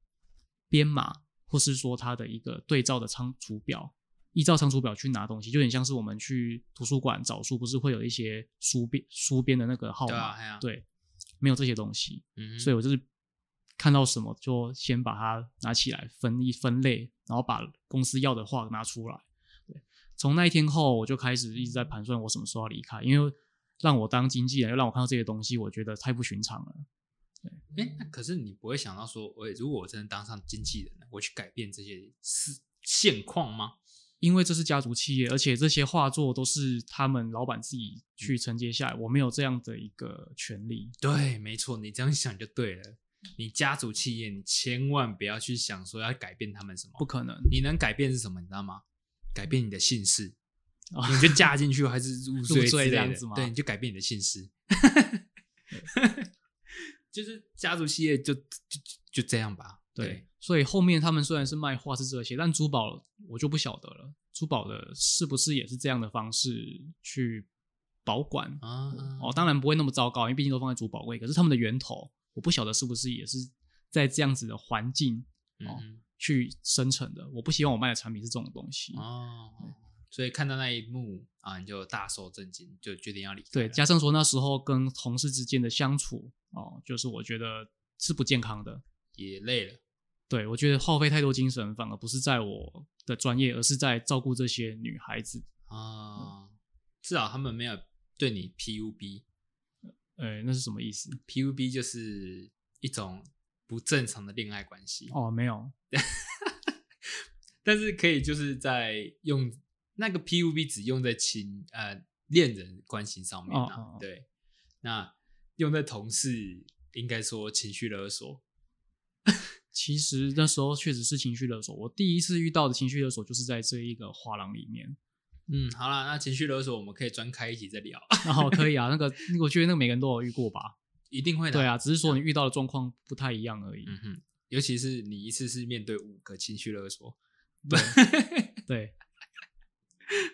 Speaker 2: 编码，或是说它的一个对照的仓储表，依照仓储表去拿东西，就有点像是我们去图书馆找书，不是会有一些书编书编的那个号
Speaker 1: 对
Speaker 2: 码？
Speaker 1: 啊，哎呀，
Speaker 2: 对，没有这些东西。
Speaker 1: 嗯哼，
Speaker 2: 所以我就是看到什么就先把它拿起来分一分类，然后把公司要的话拿出来。对，从那一天后，我就开始一直在盘算我什么时候要离开，因为让我当经纪人，又让我看到这些东西，我觉得太不寻常了。
Speaker 1: 哎、那可是你不会想到说，我如果我真的当上经纪人了，我去改变这些事现况吗？
Speaker 2: 因为这是家族企业，而且这些画作都是他们老板自己去承接下来，我没有这样的一个权利。
Speaker 1: 对，没错，你这样想就对了。你家族企业，你千万不要去想说要改变他们什么，
Speaker 2: 不可能，
Speaker 1: 你能改变是什么，你知道吗？改变你的姓氏，
Speaker 2: 哦
Speaker 1: 你就嫁进去还是入赘
Speaker 2: 入赘
Speaker 1: 之类
Speaker 2: 这样
Speaker 1: 的
Speaker 2: 子吗
Speaker 1: 对，你就改变你的姓氏。 就是家族企业就就就就这样吧。
Speaker 2: 对，所以后面他们虽然是卖画是这些，但珠宝我就不晓得了，珠宝的是不是也是这样的方式去保管？
Speaker 1: 啊，
Speaker 2: 哦，当然不会那么糟糕，因为毕竟都放在珠宝柜。可是他们的源头，我不晓得是不是也是在这样子的环境哦
Speaker 1: 嗯哼
Speaker 2: 去生成的。我不希望我卖的产品是这种东西。
Speaker 1: 哦，所以看到那一幕啊，你就大受震惊，就决定要离开
Speaker 2: 对，
Speaker 1: 了。
Speaker 2: 加上说那时候跟同事之间的相处，哦，就是我觉得是不健康的。
Speaker 1: 也累了，
Speaker 2: 对，我觉得耗费太多精神，反而不是在我的专业，而是在照顾这些女孩子
Speaker 1: 啊、至少他们没有对你 PUB。
Speaker 2: 呃，那是什么意思？
Speaker 1: PUB 就是一种不正常的恋爱关系，
Speaker 2: 哦，没有，
Speaker 1: 但是可以就是在用那个 PUB 只用在亲呃恋人关系上面啊，
Speaker 2: 哦哦哦
Speaker 1: 对，那用在同事应该说情绪勒索，
Speaker 2: 其实那时候确实是情绪勒索。我第一次遇到的情绪勒索就是在这一个画廊里面。
Speaker 1: 嗯，好啦，那情绪勒索我们可以专开一集再聊，
Speaker 2: 然后可以啊，那个那个我觉得那个每个人都有遇过 吧？
Speaker 1: 一定会的，
Speaker 2: 对啊，只是说你遇到的状况不太一样而已。
Speaker 1: 嗯哼，尤其是你一次是面对五个情绪勒索。
Speaker 2: 对，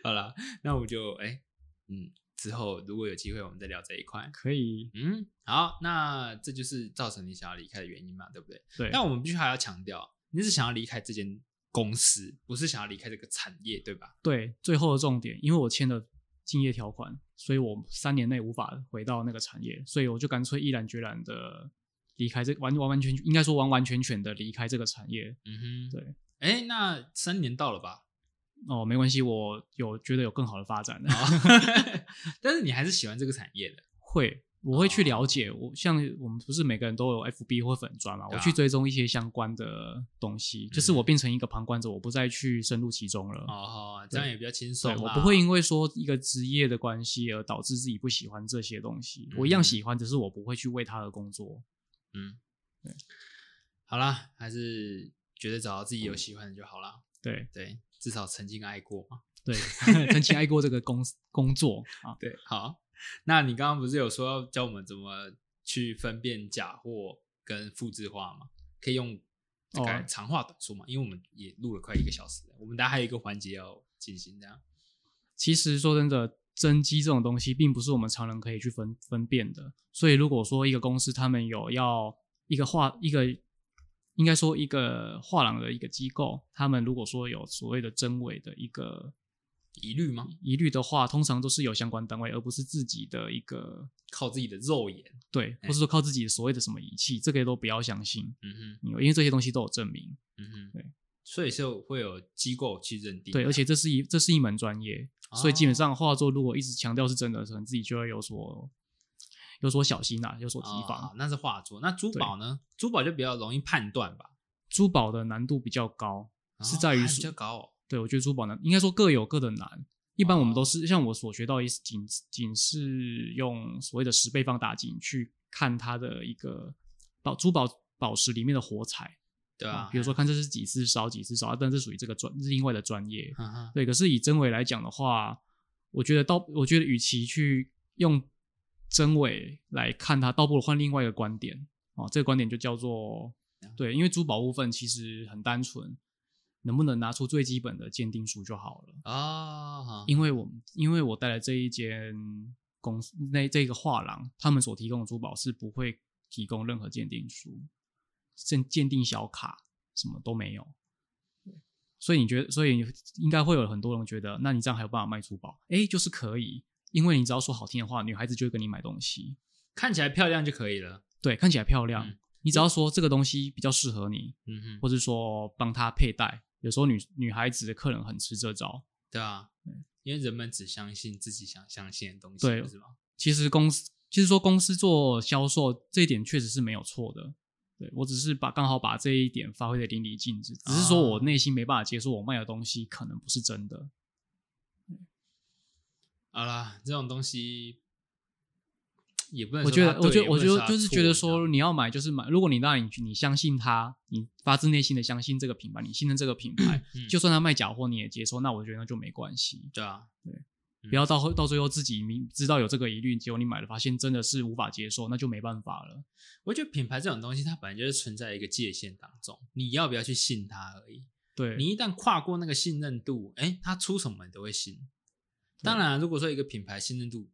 Speaker 1: 好啦，那我们就哎、嗯，之后如果有机会，我们再聊这一块。
Speaker 2: 可以，
Speaker 1: 嗯，好，那这就是造成你想要离开的原因嘛，对不对？
Speaker 2: 对，
Speaker 1: 但我们必须还要强调，你是想要离开这间公司，不是想要离开这个产业，对吧？
Speaker 2: 对，最后的重点，因为我签了竞业条款，所以我三年内无法回到那个产业，所以我就干脆毅然决然的离开这完完完全应该说完完全全的离开这个产业。
Speaker 1: 嗯哼，
Speaker 2: 对。
Speaker 1: 哎、那三年到了吧？
Speaker 2: 哦，没关系，我有觉得有更好的发展 的。
Speaker 1: 但是你还是喜欢这个产业的，
Speaker 2: 会，我会去
Speaker 1: 哦
Speaker 2: 了解。我像我们不是每个人都有 FB 或粉砖嘛，
Speaker 1: 对
Speaker 2: 我
Speaker 1: 啊
Speaker 2: 去追踪一些相关的东西，就是我
Speaker 1: 嗯
Speaker 2: 变成一个旁观者，我不再去深入其中了。
Speaker 1: 哦，这样也比较轻松
Speaker 2: 嗯对，
Speaker 1: 啦。
Speaker 2: 我不会因为说一个职业的关系而导致自己不喜欢这些东西，我一样
Speaker 1: 嗯
Speaker 2: 喜欢，只是我不会去为他而工作。
Speaker 1: 嗯
Speaker 2: 对，
Speaker 1: 好啦，还是觉得找到自己有
Speaker 2: 嗯
Speaker 1: 喜欢的就好啦。
Speaker 2: 对
Speaker 1: 对，至少曾经爱过嘛。
Speaker 2: 对，曾经爱过这个工工作啊，
Speaker 1: 对，好，那你刚刚不是有说要教我们怎么去分辨假货跟复制化吗？可以用这个
Speaker 2: 哦
Speaker 1: 长话短说嘛，因为我们也录了快一个小时了，我们大家还有一个环节要进行，这样
Speaker 2: 其实说真的，真机这种东西并不是我们常人可以去分分辨的。所以如果说一个公司他们有要一个画一个，应该说一个画廊的一个机构，他们如果说有所谓的真伪的一个
Speaker 1: 疑虑吗？
Speaker 2: 疑虑的话，通常都是有相关单位，而不是自己的一个
Speaker 1: 靠自己的肉眼，
Speaker 2: 对，
Speaker 1: 哎
Speaker 2: 或是说靠自己所谓的什么仪器，这个都不要相信，
Speaker 1: 嗯哼，
Speaker 2: 因为这些东西都有证明。
Speaker 1: 嗯哼，
Speaker 2: 对，
Speaker 1: 所以是会有机构去认定的，
Speaker 2: 对，而且这是一这是一门专业，所以
Speaker 1: 哦
Speaker 2: 基本上画作如果一直强调是真的，可能自己就会有所有所小心啦、啊有所提
Speaker 1: 哦
Speaker 2: 防。
Speaker 1: 好那是画作，那珠宝呢？珠宝就比较容易判断吧，
Speaker 2: 珠宝的难度比较高，是在于
Speaker 1: 哦还比
Speaker 2: 说
Speaker 1: 较高哦，
Speaker 2: 对我觉得珠宝难，应该说各有各的难。一般我们
Speaker 1: 哦
Speaker 2: 都是、像我所学到一仅仅是用所谓的十倍放大镜去看它的一个宝珠宝宝石里面的火彩哦
Speaker 1: 对啊，
Speaker 2: 比如说看这是几次烧几次烧，啊但这属于这个专是另外的专业。
Speaker 1: 嗯哼，
Speaker 2: 对，可是以真伪来讲的话，我觉得到我觉得与其去用真伪来看它，倒不如换另外一个观点哦。这个观点就叫做对，因为珠宝部分其实很单纯，能不能拿出最基本的鉴定书就好了。
Speaker 1: 啊，好
Speaker 2: 因为我们因为我带来这一间公司，那这个画廊，他们所提供的珠宝是不会提供任何鉴定书、鉴鉴定小卡，什么都没有。所以你觉得，所以应该会有很多人觉得，那你这样还有办法卖珠宝？哎，就是可以，因为你只要说好听的话，女孩子就会跟你买东西。
Speaker 1: 看起来漂亮就可以了。
Speaker 2: 对，看起来漂亮，
Speaker 1: 嗯
Speaker 2: 你只要说这个东西比较适合你，
Speaker 1: 嗯哼，
Speaker 2: 或是说帮她佩戴。有时候女女孩子的客人很吃这招，
Speaker 1: 对啊，因为人们只相信自己想相信的东西，
Speaker 2: 对
Speaker 1: 不是吗？
Speaker 2: 其实公司其实说公司做销售这一点确实是没有错的。对我只是把刚好把这一点发挥的淋漓尽致，只是说
Speaker 1: 啊
Speaker 2: 我内心没办法接受我卖的东西可能不是真的。
Speaker 1: 好啦，这种东西也不能
Speaker 2: 我
Speaker 1: 说
Speaker 2: 觉
Speaker 1: 它
Speaker 2: 得，我
Speaker 1: 对
Speaker 2: 觉
Speaker 1: 也
Speaker 2: 得，
Speaker 1: 不
Speaker 2: 我
Speaker 1: 能
Speaker 2: 觉
Speaker 1: 说它错，
Speaker 2: 得就是觉得
Speaker 1: 你知道
Speaker 2: 说
Speaker 1: 吗
Speaker 2: 你要买就是买，如果你让你你相信它，你发自内心的相信这个品牌，你信任这个品牌，
Speaker 1: 嗯
Speaker 2: 就算他卖假货你也接受，那我觉得那就没关系。
Speaker 1: 对啊，嗯
Speaker 2: 不要到后到最后自己明知道有这个疑虑，结果你买了发现真的是无法接受，那就没办法了。
Speaker 1: 我觉得品牌这种东西，它本来就是存在一个界限当中，你要不要去信它而已。
Speaker 2: 对，
Speaker 1: 你一旦跨过那个信任度，哎，它出什么你都会信。当然啊、如果说一个品牌信任度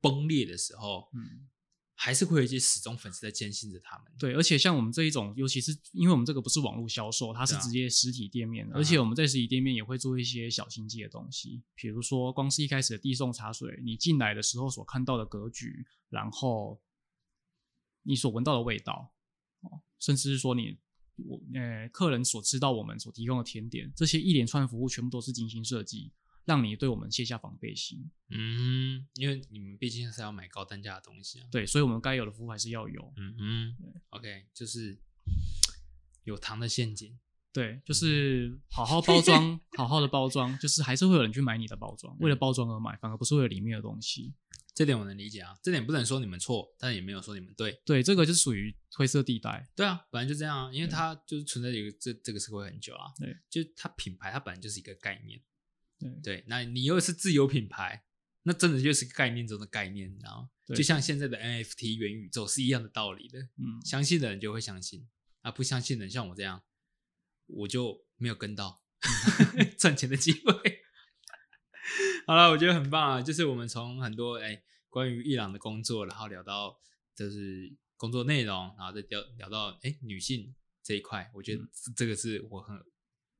Speaker 1: 崩裂的时候，
Speaker 2: 嗯，
Speaker 1: 还是会有一些死忠粉丝在坚信着他们。
Speaker 2: 对，而且像我们这一种，尤其是因为我们这个不是网络销售，它是
Speaker 1: 对啊
Speaker 2: 直接实体店面的，
Speaker 1: 啊
Speaker 2: 而且我们在实体店面也会做一些小心机的东西，比如说光是一开始的递送茶水，你进来的时候所看到的格局，然后你所闻到的味道，哦，甚至是说你我呃客人所吃到我们所提供的甜点，这些一连串服务全部都是精心设计，让你对我们卸下防备心。
Speaker 1: 嗯，因为你们毕竟是要买高单价的东西啊。
Speaker 2: 对，所以我们该有的服务还是要有。
Speaker 1: 嗯哼，OK，就是 有糖的陷阱。
Speaker 2: 对，就是好好包装，好好的包装，就是还是会有人去买你的包装，为了包装而买，反而不是为了里面的东西。
Speaker 1: 这点我能理解啊，这点不能说你们错，但也没有说你们对。
Speaker 2: 对，这个就是属于灰色地带。
Speaker 1: 对啊，本来就这样啊，因为它就是存在一个这这个社会很久啊。
Speaker 2: 对，
Speaker 1: 就是它品牌，它本来就是一个概念。
Speaker 2: 对
Speaker 1: 对，那你又是自有品牌，那真的就是个概念中的概念，你知道吗？
Speaker 2: 对
Speaker 1: 就像现在的 NFT 元宇宙是一样的道理的，
Speaker 2: 嗯，
Speaker 1: 相信的人就会相信，啊，不相信的人像我这样，我就没有跟 到赚钱的机会。 好了，我觉得很棒啊，就是我们从很多哎、关于伊朗的工作，然后聊到就是工作内容，然后再聊聊到哎、女性这一块，我觉
Speaker 2: 嗯
Speaker 1: 得这这个是我很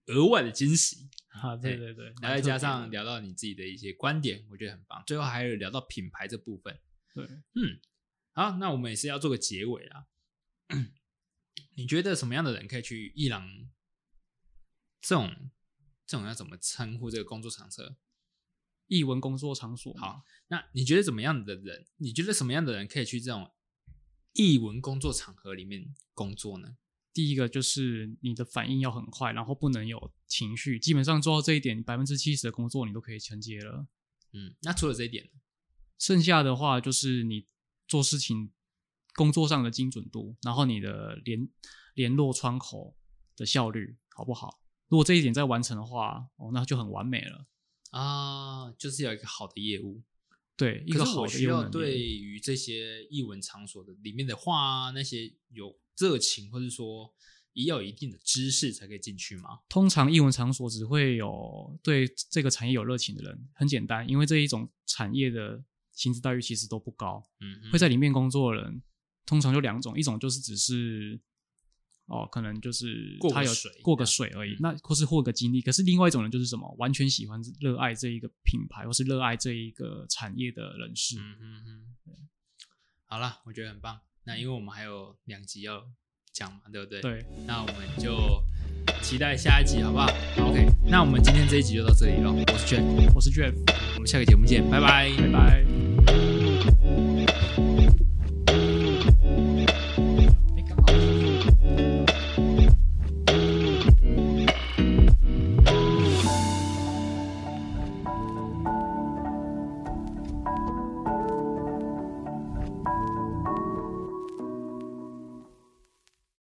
Speaker 1: 额外的惊喜。
Speaker 2: 啊，对对对，
Speaker 1: 然后
Speaker 2: 蛮
Speaker 1: 再
Speaker 2: 特别
Speaker 1: 加上
Speaker 2: 的
Speaker 1: 聊到你自己的一些观点，我觉得很棒。最后还有聊到品牌这部分，
Speaker 2: 对，
Speaker 1: 嗯，好，那我们也是要做个结尾啦。你觉得什么样的人可以去伊朗？这种这种要怎么称呼这个工作场所？
Speaker 2: 译文工作场所。
Speaker 1: 好，那你觉得怎么样的人？你觉得什么样的人可以去这种译文工作场合里面工作呢？
Speaker 2: 第一个就是你的反应要很快，然后不能有情绪。基本上做到这一点，百分之七十的工作你都可以承接了。
Speaker 1: 嗯，那除了这一点呢，
Speaker 2: 剩下的话就是你做事情工作上的精准度，然后你的联联络窗口的效率好不好？如果这一点再完成的话，哦，那就很完美了。
Speaker 1: 啊，就是要有一个好的业务，
Speaker 2: 对，一
Speaker 1: 可
Speaker 2: 个
Speaker 1: 是
Speaker 2: 好
Speaker 1: 我
Speaker 2: 的
Speaker 1: 需
Speaker 2: 业务
Speaker 1: 要
Speaker 2: 能
Speaker 1: 对
Speaker 2: 力，
Speaker 1: 于这些译文场所的里面的话、啊、那些有热情，或者说也要有一定的知识才可以进去吗？
Speaker 2: 通常英文场所只会有对这个产业有热情的人。很简单，因为这一种产业的薪资待遇其实都不高，
Speaker 1: 嗯哼，
Speaker 2: 会在里面工作的人通常就两种，一种就是只是哦，可能就是
Speaker 1: 过个
Speaker 2: 他有
Speaker 1: 水
Speaker 2: 过个水而已
Speaker 1: 嗯，
Speaker 2: 那或是获个经历。可是另外一种人就是什么，完全喜欢热爱这一个品牌或是热爱这一个产业的人士。
Speaker 1: 嗯哼哼，好了，我觉得很棒。那因为我们还有两集要讲嘛，对不对？。
Speaker 2: 对，
Speaker 1: 那我们就期待下一集，好不好？OK，那我们今天这一集就到这里了。我是 Jack，
Speaker 2: 我是 Jeff，
Speaker 1: 我们下个节目见，拜拜
Speaker 2: 拜拜。
Speaker 1: 哎